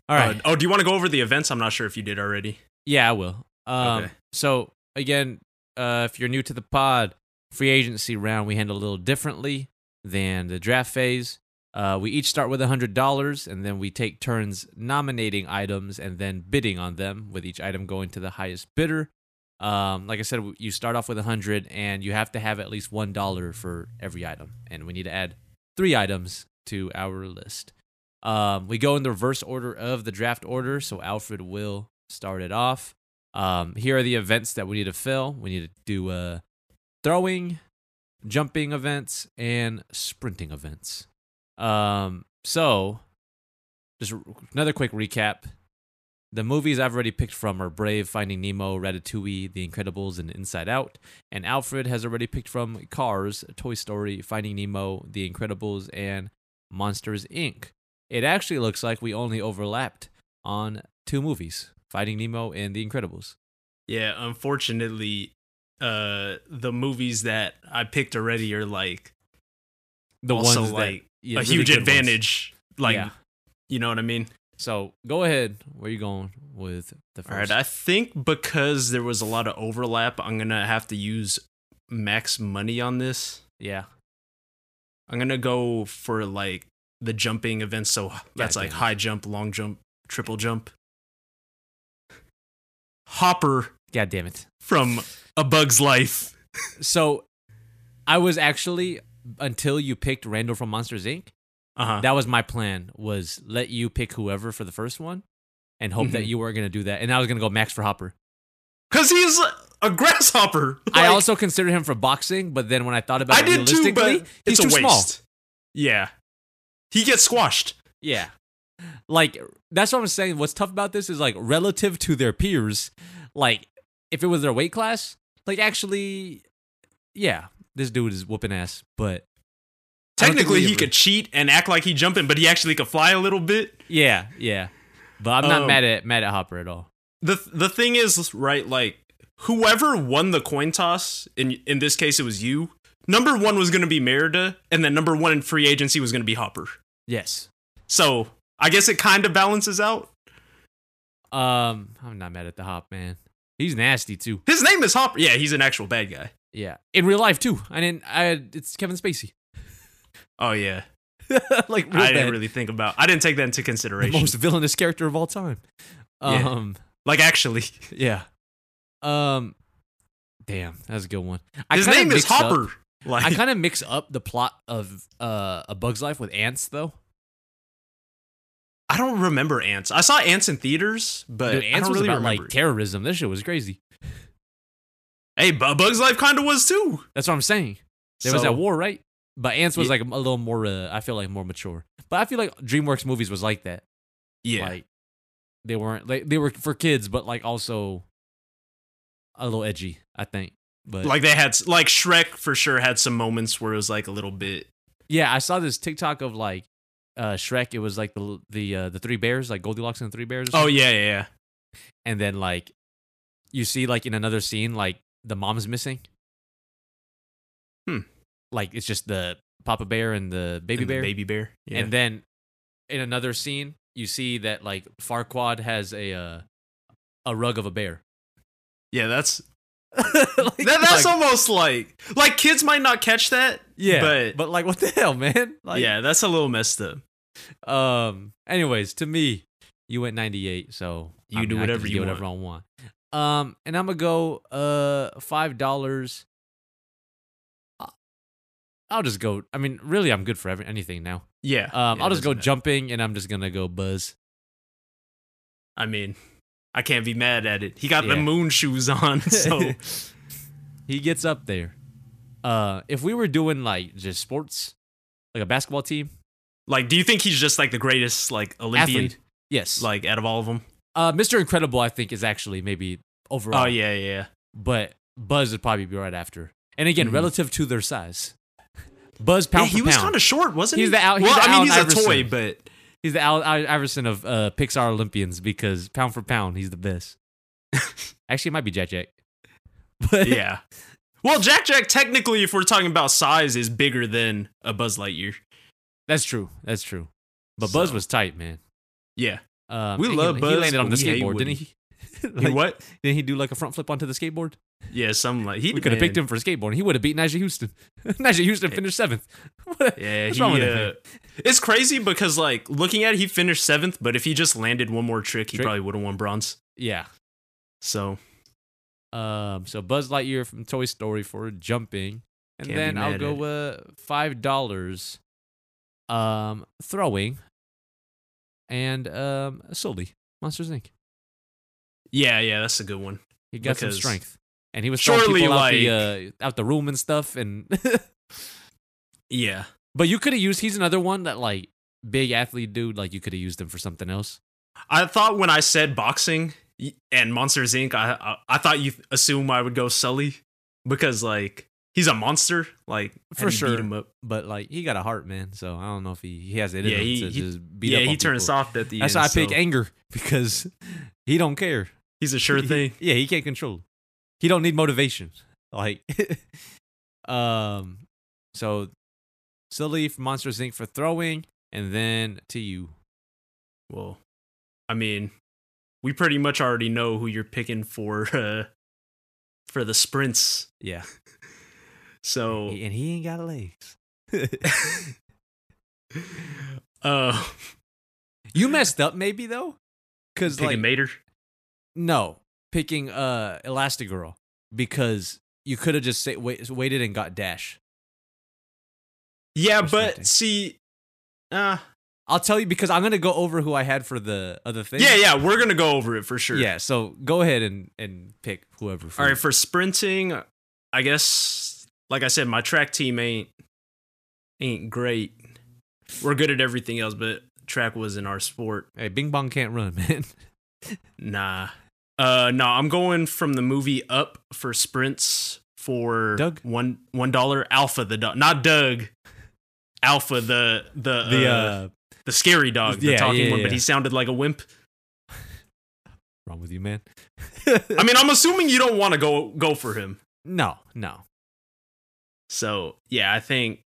[SPEAKER 1] All right.
[SPEAKER 2] Uh, oh, do you want to go over the events? I'm not sure if you did already.
[SPEAKER 1] Yeah, I will. Um,
[SPEAKER 2] Okay.
[SPEAKER 1] So again, uh, if you're new to the pod, free agency round we handle a little differently than the draft phase. Uh, we each start with hundred dollars, and then we take turns nominating items and then bidding on them, with each item going to the highest bidder. Um, like I said, w- you start off with hundred, and you have to have at least one dollar for every item, and we need to add three items to our list. Um, we go in the reverse order of the draft order, so Alfred will start it off. Um, here are the events that we need to fill. We need to do uh, throwing, jumping events, and sprinting events. Um, so, just r- another quick recap. The movies I've already picked from are Brave, Finding Nemo, Ratatouille, The Incredibles, and Inside Out. And Alfred has already picked from Cars, Toy Story, Finding Nemo, The Incredibles, and Monsters, Inc. It actually looks like we only overlapped on two movies Finding Nemo and The Incredibles.
[SPEAKER 2] Yeah, unfortunately, uh, the movies that I picked already are like
[SPEAKER 1] The
[SPEAKER 2] also
[SPEAKER 1] ones that-
[SPEAKER 2] like
[SPEAKER 1] yeah,
[SPEAKER 2] a
[SPEAKER 1] really
[SPEAKER 2] huge
[SPEAKER 1] good ones.
[SPEAKER 2] advantage. Like,
[SPEAKER 1] Yeah.
[SPEAKER 2] you know what I mean?
[SPEAKER 1] So go ahead. Where you going with the
[SPEAKER 2] All right,
[SPEAKER 1] first?
[SPEAKER 2] I think because there was a lot of overlap, I'm gonna have to use max money on this.
[SPEAKER 1] yeah.
[SPEAKER 2] I'm gonna go for like the jumping events. So that's
[SPEAKER 1] damn
[SPEAKER 2] like
[SPEAKER 1] it.
[SPEAKER 2] high jump, long jump, triple jump. Hopper
[SPEAKER 1] God damn it.
[SPEAKER 2] from A Bug's Life.
[SPEAKER 1] So I was actually until you picked Randall from Monsters Inc.
[SPEAKER 2] Uh huh.
[SPEAKER 1] That was my plan was let you pick whoever for the first one and hope that
[SPEAKER 2] Mhm.
[SPEAKER 1] you were gonna do that. And I was gonna go Max for Hopper.
[SPEAKER 2] Cause he's a grasshopper.
[SPEAKER 1] I
[SPEAKER 2] Like,
[SPEAKER 1] also considered him for boxing, but then when I thought about
[SPEAKER 2] I
[SPEAKER 1] it
[SPEAKER 2] did too,
[SPEAKER 1] realistically,
[SPEAKER 2] but
[SPEAKER 1] he's
[SPEAKER 2] it's a
[SPEAKER 1] too
[SPEAKER 2] waste.
[SPEAKER 1] small.
[SPEAKER 2] Yeah, he gets squashed.
[SPEAKER 1] Yeah. Like that's what I'm saying. What's tough about this is like relative to their peers, like if it was their weight class, like actually yeah, this dude is whooping ass, but I don't think we
[SPEAKER 2] Technically, he
[SPEAKER 1] ever-
[SPEAKER 2] could cheat and act like he jumping, but he actually could fly a little bit.
[SPEAKER 1] yeah, yeah. But I'm not
[SPEAKER 2] Um,
[SPEAKER 1] mad at mad at Hopper at all.
[SPEAKER 2] the the thing is right like whoever won the coin toss in in this case it was you number one was going to be merida and then number one in free agency was going to be hopper
[SPEAKER 1] Yes.
[SPEAKER 2] so i guess it kind of balances out
[SPEAKER 1] Um I'm not mad at the Hop, man. He's nasty too.
[SPEAKER 2] his name is hopper yeah he's an actual bad guy
[SPEAKER 1] Yeah. In real life too. I didn't I it's Kevin Spacey.
[SPEAKER 2] oh yeah
[SPEAKER 1] like real
[SPEAKER 2] i
[SPEAKER 1] bad.
[SPEAKER 2] didn't really think about i didn't take that into
[SPEAKER 1] the
[SPEAKER 2] consideration
[SPEAKER 1] most villainous character of all time.
[SPEAKER 2] Yeah.
[SPEAKER 1] Um
[SPEAKER 2] like actually
[SPEAKER 1] Yeah. Um. Damn, that's a good one.
[SPEAKER 2] his
[SPEAKER 1] kinda
[SPEAKER 2] name is
[SPEAKER 1] mix up-
[SPEAKER 2] hopper like
[SPEAKER 1] I kind of mix up the plot of uh, A Bug's Life with Ants, though.
[SPEAKER 2] I don't remember ants i saw ants in theaters but
[SPEAKER 1] Dude,
[SPEAKER 2] Uh, i
[SPEAKER 1] Ants
[SPEAKER 2] don't
[SPEAKER 1] was
[SPEAKER 2] really
[SPEAKER 1] about
[SPEAKER 2] remember
[SPEAKER 1] like
[SPEAKER 2] it.
[SPEAKER 1] terrorism. This shit was crazy.
[SPEAKER 2] hey Bu- bugs life kind of was too
[SPEAKER 1] That's what I'm saying. There was
[SPEAKER 2] So-
[SPEAKER 1] that war, right? But Ants was
[SPEAKER 2] Yeah.
[SPEAKER 1] like a little more. Uh, I feel like more mature. But I feel like DreamWorks movies was like that.
[SPEAKER 2] yeah
[SPEAKER 1] Like they weren't like they were for kids, but like also a little edgy. I think. But
[SPEAKER 2] like they had like Shrek for sure had some moments where it was like a little bit
[SPEAKER 1] Yeah, I saw this TikTok of like uh Shrek. It was like the the uh, the three bears, like Goldilocks and the three bears. or
[SPEAKER 2] oh
[SPEAKER 1] something.
[SPEAKER 2] yeah yeah yeah
[SPEAKER 1] and then like you see like in another scene, like the mom's missing.
[SPEAKER 2] Hmm.
[SPEAKER 1] Like it's just the Papa Bear and the baby
[SPEAKER 2] And the
[SPEAKER 1] bear.
[SPEAKER 2] baby bear yeah
[SPEAKER 1] And then in another scene, you see that like Farquad has a uh, a rug of a bear.
[SPEAKER 2] yeah that's
[SPEAKER 1] Like,
[SPEAKER 2] that, that's
[SPEAKER 1] like,
[SPEAKER 2] almost like like kids might not catch that
[SPEAKER 1] yeah,
[SPEAKER 2] but,
[SPEAKER 1] but like what the hell, man? Like,
[SPEAKER 2] yeah that's a little messed up
[SPEAKER 1] Um. Anyways, to me, you went ninety eight, so
[SPEAKER 2] You
[SPEAKER 1] I mean,
[SPEAKER 2] do
[SPEAKER 1] I can
[SPEAKER 2] whatever
[SPEAKER 1] just
[SPEAKER 2] you
[SPEAKER 1] do whatever I want. Um, and I'm gonna go uh five dollars. I'll just go. I mean, really, I'm good for every, anything now.
[SPEAKER 2] yeah
[SPEAKER 1] Um,
[SPEAKER 2] Yeah,
[SPEAKER 1] I'll
[SPEAKER 2] it
[SPEAKER 1] just go
[SPEAKER 2] doesn't matter.
[SPEAKER 1] jumping, and I'm just gonna go buzz.
[SPEAKER 2] I mean I can't be mad at it he got the
[SPEAKER 1] Yeah.
[SPEAKER 2] moon shoes on so
[SPEAKER 1] he gets up there. Uh, if we were doing like just sports, like a basketball team,
[SPEAKER 2] like do you think he's just like the greatest like Olympian
[SPEAKER 1] athlete, yes, like
[SPEAKER 2] like out of all of them
[SPEAKER 1] uh, Mr. Incredible, I think is actually maybe overall.
[SPEAKER 2] oh yeah yeah
[SPEAKER 1] but Buzz would probably be right after. And again,
[SPEAKER 2] Mhm.
[SPEAKER 1] relative to their size, Buzz
[SPEAKER 2] yeah
[SPEAKER 1] pound
[SPEAKER 2] he
[SPEAKER 1] for
[SPEAKER 2] was
[SPEAKER 1] pound.
[SPEAKER 2] kind of short wasn't
[SPEAKER 1] He's
[SPEAKER 2] he
[SPEAKER 1] the Al- he's
[SPEAKER 2] well
[SPEAKER 1] the
[SPEAKER 2] I mean
[SPEAKER 1] Allen
[SPEAKER 2] he's
[SPEAKER 1] Iverson.
[SPEAKER 2] a toy but
[SPEAKER 1] he's the Al- I- Iverson of uh, Pixar Olympians because pound for pound, he's the best. Actually, it might be Jack Jack. But
[SPEAKER 2] yeah. Well, Jack Jack, technically, if we're talking about size, is bigger than a Buzz Lightyear.
[SPEAKER 1] that's true. That's true. But Buzz
[SPEAKER 2] So.
[SPEAKER 1] was tight, man.
[SPEAKER 2] Yeah.
[SPEAKER 1] Um,
[SPEAKER 2] We
[SPEAKER 1] and
[SPEAKER 2] love
[SPEAKER 1] he, He
[SPEAKER 2] Buzz,
[SPEAKER 1] landed on the
[SPEAKER 2] but we hate
[SPEAKER 1] skateboard,
[SPEAKER 2] Woody.
[SPEAKER 1] didn't he? Like,
[SPEAKER 2] what?
[SPEAKER 1] Didn't he do like a front flip onto the skateboard?
[SPEAKER 2] Yeah, something like he
[SPEAKER 1] We could have
[SPEAKER 2] man. Eh.
[SPEAKER 1] picked him for skateboarding. He would have beat Najee Houston. Najee Houston finished seventh. What-
[SPEAKER 2] Yeah,
[SPEAKER 1] What's
[SPEAKER 2] he,
[SPEAKER 1] wrong with
[SPEAKER 2] uh,
[SPEAKER 1] that man?
[SPEAKER 2] It's crazy because like looking at it, he finished seventh, but if he just landed one more trick, he
[SPEAKER 1] Trick?
[SPEAKER 2] probably would have won bronze.
[SPEAKER 1] Yeah.
[SPEAKER 2] So
[SPEAKER 1] Um, so Buzz Lightyear from Toy Story for jumping, and
[SPEAKER 2] Can't be
[SPEAKER 1] then I'll
[SPEAKER 2] mad
[SPEAKER 1] go uh five dollars, um, throwing, and um, Sully Monsters Inc.
[SPEAKER 2] yeah, yeah, that's a good one.
[SPEAKER 1] He got
[SPEAKER 2] Because
[SPEAKER 1] some strength, and he was throwing
[SPEAKER 2] surely,
[SPEAKER 1] people out the uh, out the room and stuff. And
[SPEAKER 2] Yeah.
[SPEAKER 1] but you could have used. He's another one that like big athlete dude. Like you could have used him for something else.
[SPEAKER 2] I thought when I said boxing y- and Monsters Inc., I I, I thought you assume I would go Sully because like he's a monster. Like
[SPEAKER 1] For
[SPEAKER 2] how do you
[SPEAKER 1] sure.
[SPEAKER 2] beat him up.
[SPEAKER 1] But like he got a heart, man. So I don't know if he, he has it in
[SPEAKER 2] Yeah,
[SPEAKER 1] him
[SPEAKER 2] he-
[SPEAKER 1] to
[SPEAKER 2] he-
[SPEAKER 1] just beat
[SPEAKER 2] yeah,
[SPEAKER 1] up
[SPEAKER 2] he
[SPEAKER 1] on
[SPEAKER 2] turns
[SPEAKER 1] people.
[SPEAKER 2] soft at the
[SPEAKER 1] That's
[SPEAKER 2] end.
[SPEAKER 1] why I pick
[SPEAKER 2] so
[SPEAKER 1] anger because he don't care.
[SPEAKER 2] he's a sure
[SPEAKER 1] He-
[SPEAKER 2] thing.
[SPEAKER 1] Yeah, he can't control. He don't need motivation. Like, um, so silly from Monsters Inc. for throwing, and then to you.
[SPEAKER 2] Well, I mean, we pretty much already know who you're picking for uh, for the sprints.
[SPEAKER 1] Yeah,
[SPEAKER 2] So,
[SPEAKER 1] and he ain't got legs.
[SPEAKER 2] uh,
[SPEAKER 1] You messed up, maybe though, because
[SPEAKER 2] picking
[SPEAKER 1] like
[SPEAKER 2] Mater.
[SPEAKER 1] no picking uh Elastigirl because you could have just say, wait, waited and got Dash.
[SPEAKER 2] Yeah,
[SPEAKER 1] Interesting.
[SPEAKER 2] but see, uh,
[SPEAKER 1] I'll tell you because I'm gonna go over who I had for the other thing.
[SPEAKER 2] Yeah, yeah, we're gonna go over it for sure.
[SPEAKER 1] Yeah, so go ahead and and pick whoever. For
[SPEAKER 2] All right, for sprinting, I guess like I said, my track team ain't ain't great. We're good at everything else, but track wasn't our sport.
[SPEAKER 1] Hey, Bing Bong can't run, man.
[SPEAKER 2] Nah. Uh no, I'm going from the movie Up for sprints for
[SPEAKER 1] Doug?
[SPEAKER 2] one one dollar alpha the dog not Doug. Alpha the the
[SPEAKER 1] The
[SPEAKER 2] uh,
[SPEAKER 1] uh,
[SPEAKER 2] the scary dog, the
[SPEAKER 1] yeah,
[SPEAKER 2] talking
[SPEAKER 1] yeah,
[SPEAKER 2] one, but
[SPEAKER 1] yeah.
[SPEAKER 2] he sounded like a wimp.
[SPEAKER 1] wrong with you, man.
[SPEAKER 2] I mean, I'm assuming you don't want to go go for him.
[SPEAKER 1] No, no.
[SPEAKER 2] So yeah, I think.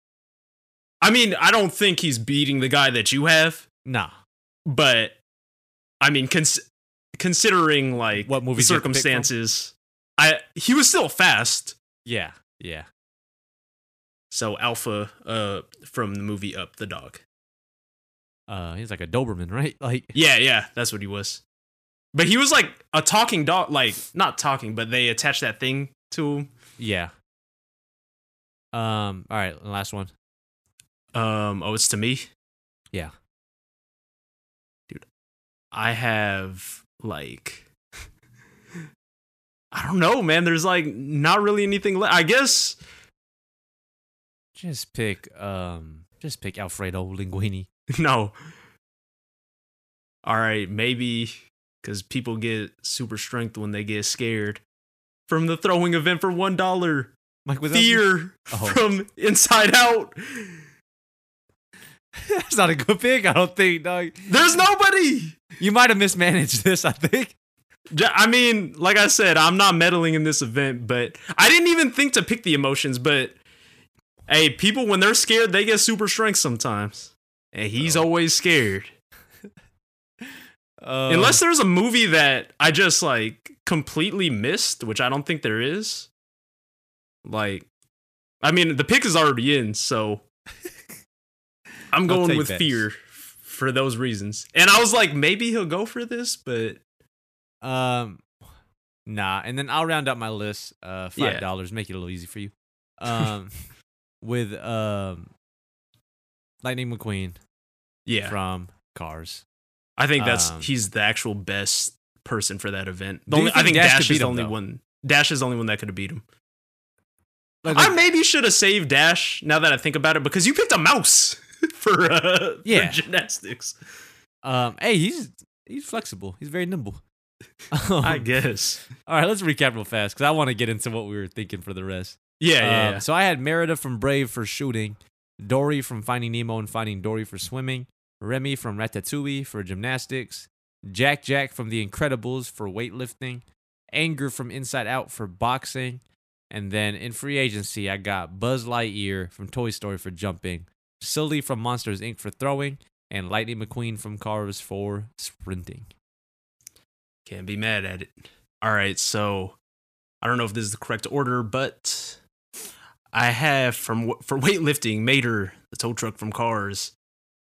[SPEAKER 2] I mean, I don't think he's beating the guy that you have,
[SPEAKER 1] Nah.
[SPEAKER 2] but I mean, cons- considering like
[SPEAKER 1] What
[SPEAKER 2] the
[SPEAKER 1] movies you have to pick from?
[SPEAKER 2] circumstances, I he was still fast.
[SPEAKER 1] Yeah. Yeah.
[SPEAKER 2] So Alpha, uh, from the movie Up, the dog.
[SPEAKER 1] Uh he's like a Doberman, right? Like
[SPEAKER 2] Yeah, yeah, that's what he was. But he was like a talking dog, like not talking, but they attached that thing to him.
[SPEAKER 1] yeah. Um all right, last one.
[SPEAKER 2] Um, oh, it's to me.
[SPEAKER 1] Yeah.
[SPEAKER 2] dude, I have like, I don't know, man. There's like not really anything left. I guess
[SPEAKER 1] Just pick um just pick Alfredo Linguini.
[SPEAKER 2] no. All right, maybe because people get super strength when they get scared from the throwing event for one dollar.
[SPEAKER 1] Like was
[SPEAKER 2] Fear
[SPEAKER 1] Oh.
[SPEAKER 2] from Inside Out.
[SPEAKER 1] That's not a good pick, I don't think, dog.
[SPEAKER 2] There's nobody.
[SPEAKER 1] You might have mismanaged this, I think.
[SPEAKER 2] J- I mean, like I said, I'm not meddling in this event, but I didn't even think to pick the emotions. But hey, people, when they're scared, they get super strength sometimes. And he's
[SPEAKER 1] Oh.
[SPEAKER 2] always scared.
[SPEAKER 1] Uh,
[SPEAKER 2] Unless there's a movie that I just like completely missed, which I don't think there is. Like, I mean, the pick is already in, so I'm
[SPEAKER 1] I'll
[SPEAKER 2] going
[SPEAKER 1] take
[SPEAKER 2] with
[SPEAKER 1] that.
[SPEAKER 2] fear f- for those reasons. And I was like, maybe he'll go for this, but
[SPEAKER 1] Um, nah. And then I'll round out my list. Uh,
[SPEAKER 2] Yeah.
[SPEAKER 1] five dollars, make it a little easy for you. Um, with um, Lightning McQueen
[SPEAKER 2] yeah.
[SPEAKER 1] from Cars.
[SPEAKER 2] I think that's
[SPEAKER 1] Um,
[SPEAKER 2] he's the actual best person for that event.
[SPEAKER 1] Do
[SPEAKER 2] The
[SPEAKER 1] you
[SPEAKER 2] only, I
[SPEAKER 1] think
[SPEAKER 2] think
[SPEAKER 1] Dash
[SPEAKER 2] Dash,
[SPEAKER 1] could beat
[SPEAKER 2] is the
[SPEAKER 1] him,
[SPEAKER 2] only
[SPEAKER 1] though?
[SPEAKER 2] one. Dash is the only one that could have beat him.
[SPEAKER 1] Like,
[SPEAKER 2] I maybe should have saved Dash now that I think about it because you picked a mouse for uh,
[SPEAKER 1] Yeah.
[SPEAKER 2] for gymnastics.
[SPEAKER 1] um, hey, he's he's flexible. He's very nimble.
[SPEAKER 2] I
[SPEAKER 1] Um,
[SPEAKER 2] guess.
[SPEAKER 1] All right, let's recap real fast because I want to get into what we were thinking for the rest.
[SPEAKER 2] Yeah, yeah.
[SPEAKER 1] Um,
[SPEAKER 2] yeah.
[SPEAKER 1] so I had Merida from Brave for shooting, Dory from Finding Nemo and Finding Dory for swimming, Remy from Ratatouille for gymnastics, Jack Jack from The Incredibles for weightlifting, Anger from Inside Out for boxing, and then in free agency I got Buzz Lightyear from Toy Story for jumping, Sully from Monsters Inc. for throwing, and Lightning McQueen from Cars for sprinting.
[SPEAKER 2] Can't be mad at it. All right, so I don't know if this is the correct order, but I have from for weightlifting Mater, the tow truck from Cars,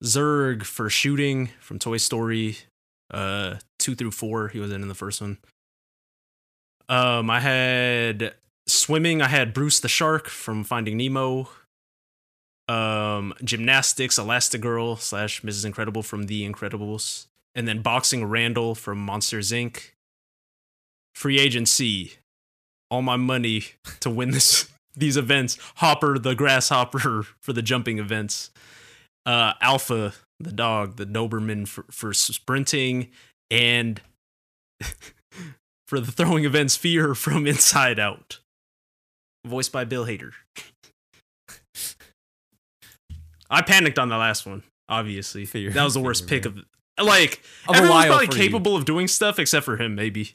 [SPEAKER 2] Zurg for shooting from Toy Story, uh, two through four. He was in in the first one. Um, I had swimming. I had Bruce the shark from Finding Nemo. Um, gymnastics, Elastigirl slash Mrs. Incredible from The Incredibles and then boxing Randall from Monsters Inc. Free agency, all my money to win this these events. Hopper the grasshopper for the jumping events. Uh, Alpha the dog, the Doberman for, for sprinting, and for the throwing events. Fear from Inside Out, voiced by Bill Hader. I panicked on the last one. Obviously,
[SPEAKER 1] Fear-
[SPEAKER 2] that was the worst
[SPEAKER 1] fear,
[SPEAKER 2] pick of like
[SPEAKER 1] Of a
[SPEAKER 2] Everyone's
[SPEAKER 1] while
[SPEAKER 2] probably
[SPEAKER 1] for you.
[SPEAKER 2] capable of doing stuff except for him, maybe.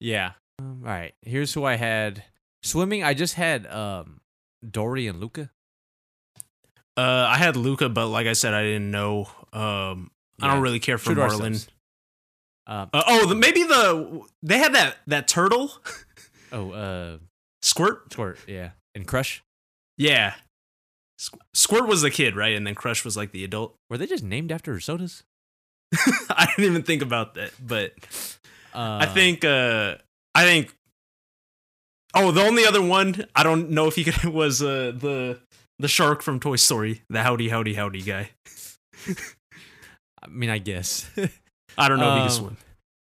[SPEAKER 1] Yeah. Um, all right. Here's who I had swimming. I just had um, Dory and Luca.
[SPEAKER 2] Uh, I had Luca, but like I said, I didn't know. Um, I
[SPEAKER 1] Yeah.
[SPEAKER 2] don't really care for
[SPEAKER 1] True to
[SPEAKER 2] Marlin.
[SPEAKER 1] ourselves. Um,
[SPEAKER 2] Uh, oh, the, maybe the they had that that turtle
[SPEAKER 1] oh, uh,
[SPEAKER 2] Squirt.
[SPEAKER 1] Squirt, yeah, and Crush.
[SPEAKER 2] Yeah, Squ- Squirt was the kid, right? And then Crush was like the adult.
[SPEAKER 1] Were they just named after sodas?
[SPEAKER 2] I didn't even think about that, but
[SPEAKER 1] Uh,
[SPEAKER 2] I think uh, I think. Oh, the only other one I don't know if he could was uh, the the shark from Toy Story, the howdy howdy howdy guy.
[SPEAKER 1] I mean, I guess.
[SPEAKER 2] I don't know if he
[SPEAKER 1] Um,
[SPEAKER 2] can swim.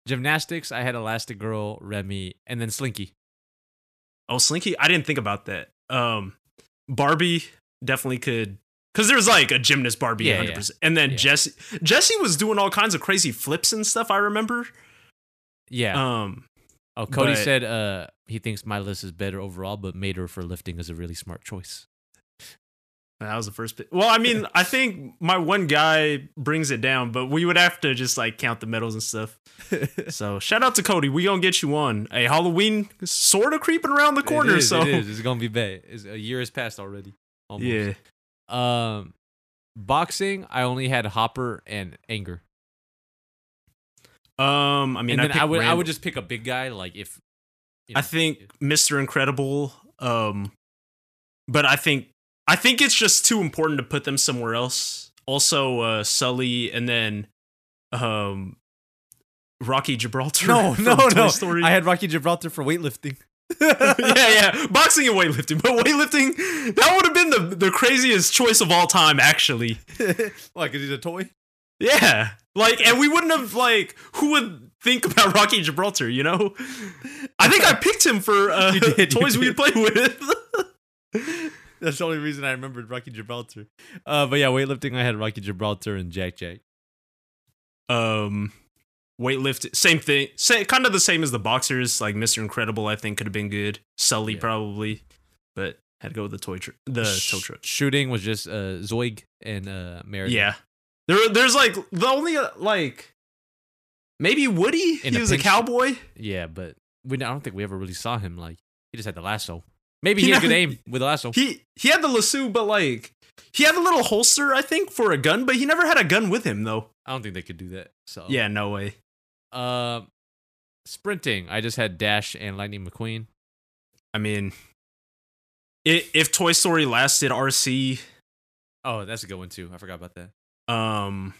[SPEAKER 1] Gymnastics, I had Elastic Girl, Remy, and then Slinky.
[SPEAKER 2] Oh, Slinky, I didn't think about that. Um, Barbie definitely could, because there's like a gymnast Barbie,
[SPEAKER 1] Yeah,
[SPEAKER 2] 100%. And then
[SPEAKER 1] Yeah.
[SPEAKER 2] Jesse, Jesse was doing all kinds of crazy flips and stuff. I remember.
[SPEAKER 1] Yeah.
[SPEAKER 2] Um,
[SPEAKER 1] oh, Cody
[SPEAKER 2] but-
[SPEAKER 1] said uh, he thinks my list is better overall, but Mater for lifting is a really smart choice.
[SPEAKER 2] That was the first pick. Well, I mean, I think my one guy brings it down, but we would have to just like count the medals and stuff. So shout out to Cody. We gonna get you one. Hey, Halloween sort of creeping around the corner.
[SPEAKER 1] It is,
[SPEAKER 2] so
[SPEAKER 1] it is. It's gonna be bad. It's, a year has passed already. Almost.
[SPEAKER 2] yeah,
[SPEAKER 1] Um, boxing, I only had Hopper and Anger.
[SPEAKER 2] um, I mean,
[SPEAKER 1] and then I,
[SPEAKER 2] picked
[SPEAKER 1] would I
[SPEAKER 2] Rand-
[SPEAKER 1] would just pick a big guy like if you
[SPEAKER 2] I
[SPEAKER 1] know,
[SPEAKER 2] think Mr. Incredible. Um, but I think I think it's just too important to put them somewhere else. Also, uh, Sully, and then, um, Rocky Gibraltar.
[SPEAKER 1] No,
[SPEAKER 2] from
[SPEAKER 1] no,
[SPEAKER 2] Toy
[SPEAKER 1] no.
[SPEAKER 2] Story.
[SPEAKER 1] I had Rocky Gibraltar for weightlifting.
[SPEAKER 2] yeah, yeah, boxing and weightlifting. But weightlifting, that would have been the the craziest choice of all time, actually.
[SPEAKER 1] Why? Because he's a toy.
[SPEAKER 2] Yeah, like, and we wouldn't have like who would think about Rocky Gibraltar, you know? I think I picked him for uh,
[SPEAKER 1] You did, you
[SPEAKER 2] toys we
[SPEAKER 1] did.
[SPEAKER 2] play with.
[SPEAKER 1] That's the only reason I remembered Rocky Gibraltar. Uh, but yeah, weightlifting. I had Rocky Gibraltar and Jack Jack.
[SPEAKER 2] um, weightlift, same thing, same, kind of the same as the boxers. Like Mister Incredible, I think could have been good. Sully
[SPEAKER 1] Yeah.
[SPEAKER 2] probably, but had to go with the toy, tr- the
[SPEAKER 1] Sh-
[SPEAKER 2] tow truck.
[SPEAKER 1] Shooting was just uh, Zoig and uh, Mary.
[SPEAKER 2] Yeah. There, there's like the only uh, like maybe Woody.
[SPEAKER 1] In
[SPEAKER 2] he
[SPEAKER 1] a
[SPEAKER 2] was a
[SPEAKER 1] pinch.
[SPEAKER 2] cowboy.
[SPEAKER 1] yeah, but we, I don't think we ever really saw him. Like he just had the lasso. Maybe
[SPEAKER 2] He
[SPEAKER 1] he, had
[SPEAKER 2] never-
[SPEAKER 1] good aim with the lasso.
[SPEAKER 2] He he had the lasso, but like he had a little holster, I think, for a gun. But he never had a gun with him though.
[SPEAKER 1] I don't think they could do that. So
[SPEAKER 2] Yeah, no way.
[SPEAKER 1] Um, sprinting. I just had Dash and Lightning McQueen.
[SPEAKER 2] I mean, i if Toy Story lasted RC,
[SPEAKER 1] Oh, that's a good one too. I forgot about that.
[SPEAKER 2] um,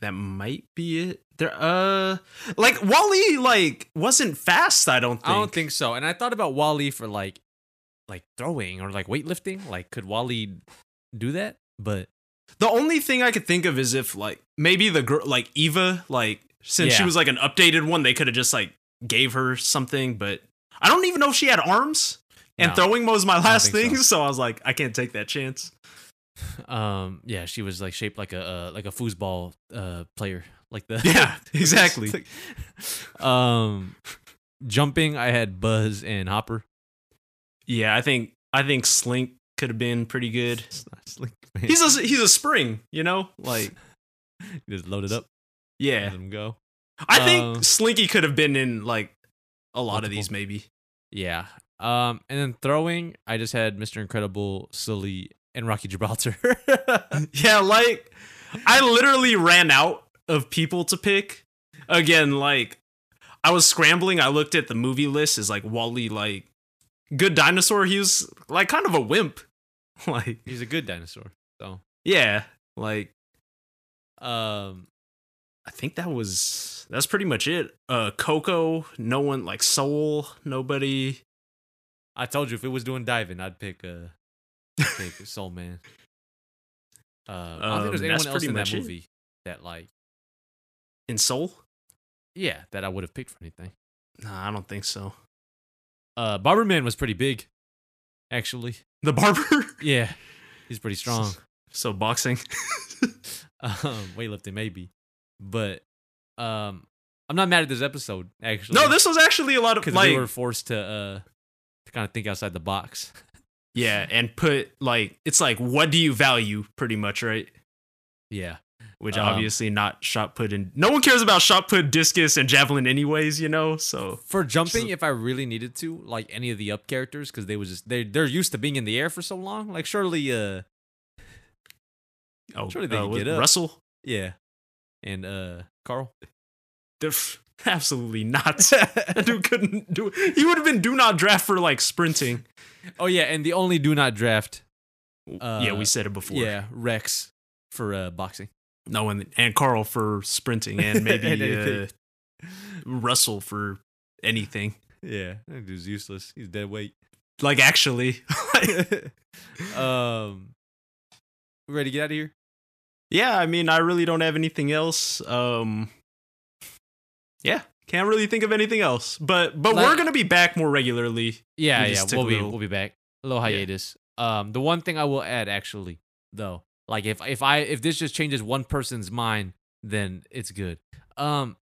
[SPEAKER 2] that might be it. There, uh, like Wally, like wasn't fast. I don't think.
[SPEAKER 1] I don't think so. And I thought about Wally for like, like throwing or like weightlifting. Like, could Wally do that? But
[SPEAKER 2] The only thing I could think of is if like maybe the girl like Eva like since she
[SPEAKER 1] Yeah.
[SPEAKER 2] was like an updated one they could have just like gave her something but I don't even know if she had arms and
[SPEAKER 1] no.
[SPEAKER 2] throwing was my last
[SPEAKER 1] think so.
[SPEAKER 2] thing so. I was like I can't take that chance.
[SPEAKER 1] Um, yeah, she was like shaped like a uh, like a foosball uh player, like the
[SPEAKER 2] Yeah, exactly.
[SPEAKER 1] um, jumping. I had Buzz and Hopper.
[SPEAKER 2] yeah, I think I think Slink could have been pretty good.
[SPEAKER 1] It's not slick, man.
[SPEAKER 2] He's a he's a spring, you know? Like
[SPEAKER 1] just load it up. Let
[SPEAKER 2] yeah.
[SPEAKER 1] him go.
[SPEAKER 2] I think
[SPEAKER 1] Uh,
[SPEAKER 2] Slinky could have been in like a lot of
[SPEAKER 1] Multiple.
[SPEAKER 2] these maybe.
[SPEAKER 1] Yeah. Um, and then throwing. I just had Mr. Incredible, Sully, and Rocky Gibraltar.
[SPEAKER 2] Yeah, like I literally ran out of people to pick. Again, like I was scrambling. I looked at the movie list as like Wally, like good dinosaur. He was like kind of a wimp. Like
[SPEAKER 1] He's a good dinosaur. So,
[SPEAKER 2] yeah, like
[SPEAKER 1] um,
[SPEAKER 2] I think that was that's pretty much it. Uh, Coco, no one like Soul, nobody.
[SPEAKER 1] I told you if it was doing diving, I'd pick uh pick Soul Man. Um, I don't think
[SPEAKER 2] Um,
[SPEAKER 1] there's
[SPEAKER 2] that's
[SPEAKER 1] anyone else
[SPEAKER 2] pretty
[SPEAKER 1] in that
[SPEAKER 2] much it.
[SPEAKER 1] movie that like
[SPEAKER 2] In Soul,
[SPEAKER 1] yeah that I would have picked for anything.
[SPEAKER 2] nah, I don't think so.
[SPEAKER 1] Uh, Barberman was pretty big, actually.
[SPEAKER 2] The barber,
[SPEAKER 1] Yeah, he's pretty strong.
[SPEAKER 2] so boxing.
[SPEAKER 1] um, weightlifting maybe, but um, I'm not mad at this episode actually.
[SPEAKER 2] No, this was actually a lot of
[SPEAKER 1] because
[SPEAKER 2] like
[SPEAKER 1] we were forced to uh to kind of think outside the box.
[SPEAKER 2] Yeah, and put like it's like what do you value pretty much, right?
[SPEAKER 1] Yeah,
[SPEAKER 2] Which
[SPEAKER 1] Um,
[SPEAKER 2] obviously not shot put and no one cares about shot put, discus, and javelin anyways, you know. So
[SPEAKER 1] for jumping, if I really needed to, like any of the up characters, because they was just they they're used to being in the air for so long. Like surely, uh,
[SPEAKER 2] oh,
[SPEAKER 1] Surely they
[SPEAKER 2] uh,
[SPEAKER 1] can
[SPEAKER 2] with
[SPEAKER 1] get up.
[SPEAKER 2] Russell,
[SPEAKER 1] yeah, and uh, Carl.
[SPEAKER 2] They're f- absolutely not. that dude couldn't do. He would have been do not draft for like sprinting.
[SPEAKER 1] Oh yeah, and the only do not draft. Uh,
[SPEAKER 2] yeah, we said it before.
[SPEAKER 1] Yeah, Rex for uh boxing.
[SPEAKER 2] no one and Carl for sprinting and
[SPEAKER 1] And
[SPEAKER 2] maybe uh,
[SPEAKER 1] anything.
[SPEAKER 2] Russell for anything.
[SPEAKER 1] Yeah, that dude's useless. He's dead weight.
[SPEAKER 2] Like actually,
[SPEAKER 1] um, we ready to get out of here?
[SPEAKER 2] yeah, I mean, I really don't have anything else. Um, yeah, can't really think of anything else. But but
[SPEAKER 1] Like-
[SPEAKER 2] we're gonna be back more regularly.
[SPEAKER 1] Yeah, yeah,
[SPEAKER 2] We just took
[SPEAKER 1] we'll
[SPEAKER 2] a
[SPEAKER 1] be
[SPEAKER 2] little-
[SPEAKER 1] we'll be back. A little
[SPEAKER 2] Yeah.
[SPEAKER 1] hiatus. Um, the one thing I will add, actually, though, like if if I if this just changes one person's mind, then it's good. Um,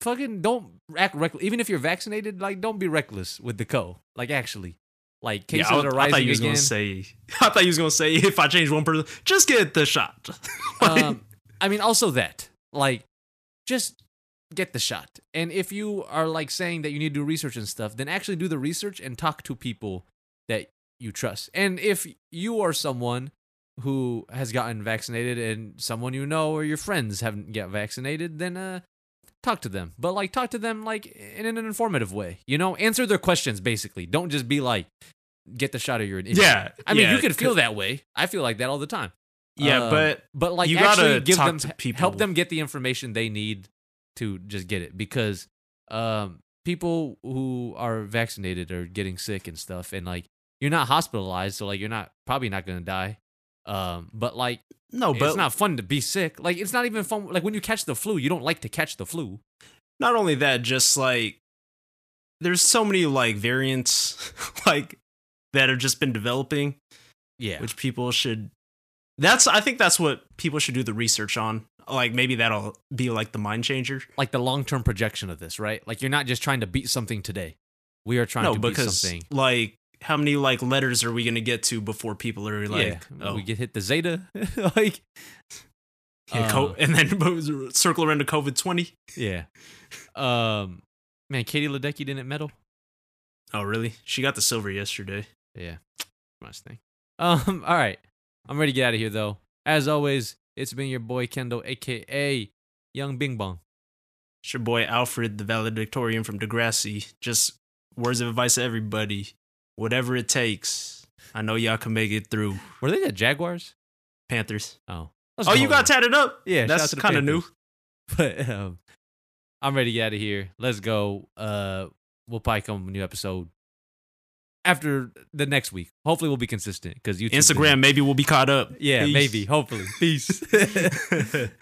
[SPEAKER 1] fucking don't act reckless. Even if you're vaccinated, like don't be reckless with the co. Like actually, like cases
[SPEAKER 2] I,
[SPEAKER 1] are
[SPEAKER 2] I
[SPEAKER 1] rising
[SPEAKER 2] thought you was
[SPEAKER 1] again.
[SPEAKER 2] gonna say. I thought you was gonna say if I change one person, just get the shot. Like,
[SPEAKER 1] um, I mean, also that, like, just get the shot. And if you are like saying that you need to do research and stuff, then actually do the research and talk to people that you trust. And if you are someone who has gotten vaccinated and someone you know or your friends haven't got vaccinated, then uh, talk to them. But like, talk to them like in an informative way. You know, answer their questions basically. Don't just be like, get the shot or you're an idiot.
[SPEAKER 2] yeah,
[SPEAKER 1] I mean,
[SPEAKER 2] yeah,
[SPEAKER 1] you could feel
[SPEAKER 2] 'cause-
[SPEAKER 1] that way. I feel like that all the time.
[SPEAKER 2] Yeah,
[SPEAKER 1] Um,
[SPEAKER 2] but
[SPEAKER 1] but like
[SPEAKER 2] you
[SPEAKER 1] actually
[SPEAKER 2] gotta
[SPEAKER 1] give
[SPEAKER 2] talk
[SPEAKER 1] them
[SPEAKER 2] to people.
[SPEAKER 1] help them get the information they need to just get it because um people who are vaccinated are getting sick and stuff and like you're not hospitalized so like you're not probably not going to die um but like
[SPEAKER 2] no, Oh, but
[SPEAKER 1] it's not fun to be sick like it's not even fun like when you catch the flu you don't like to catch the flu
[SPEAKER 2] not only that, just like there's so many like variants like that have just been developing,
[SPEAKER 1] yeah
[SPEAKER 2] which people should. That's I think that's what people should do the research on. Like maybe that'll be like the mind changer.
[SPEAKER 1] like the long-term projection of this right like you're not just trying to beat something today we are trying
[SPEAKER 2] No,
[SPEAKER 1] to beat
[SPEAKER 2] because
[SPEAKER 1] something
[SPEAKER 2] like how many like letters are we gonna get to before people are like,
[SPEAKER 1] yeah
[SPEAKER 2] oh,
[SPEAKER 1] we get hit the zeta like
[SPEAKER 2] yeah,
[SPEAKER 1] Uh,
[SPEAKER 2] co- and then circle around to COVID twenty.
[SPEAKER 1] Yeah. Um, man, Katie Ledecky didn't medal.
[SPEAKER 2] Oh really? She got the silver yesterday.
[SPEAKER 1] Yeah, nice thing. Um, all right, I'm ready to get out of here though. As always, it's been your boy Kendall, aka Young Bing Bong.
[SPEAKER 2] It's your boy Alfred, the valedictorian from Degrassi. Just words of advice to everybody. Whatever it takes, I know y'all can make it through.
[SPEAKER 1] Were they the Jaguars?
[SPEAKER 2] Panthers.
[SPEAKER 1] Oh, Let's
[SPEAKER 2] Oh,
[SPEAKER 1] go
[SPEAKER 2] you got
[SPEAKER 1] Hawks.
[SPEAKER 2] tatted up.
[SPEAKER 1] Yeah, shout out
[SPEAKER 2] that's
[SPEAKER 1] to the
[SPEAKER 2] kind of new.
[SPEAKER 1] But um, I'm ready to get out of here. Let's go. Uh, we'll probably come with a new episode after the next week. Hopefully, we'll be consistent because you
[SPEAKER 2] Instagram, maybe we'll be caught up.
[SPEAKER 1] Yeah,
[SPEAKER 2] Peace.
[SPEAKER 1] maybe. Hopefully. Peace.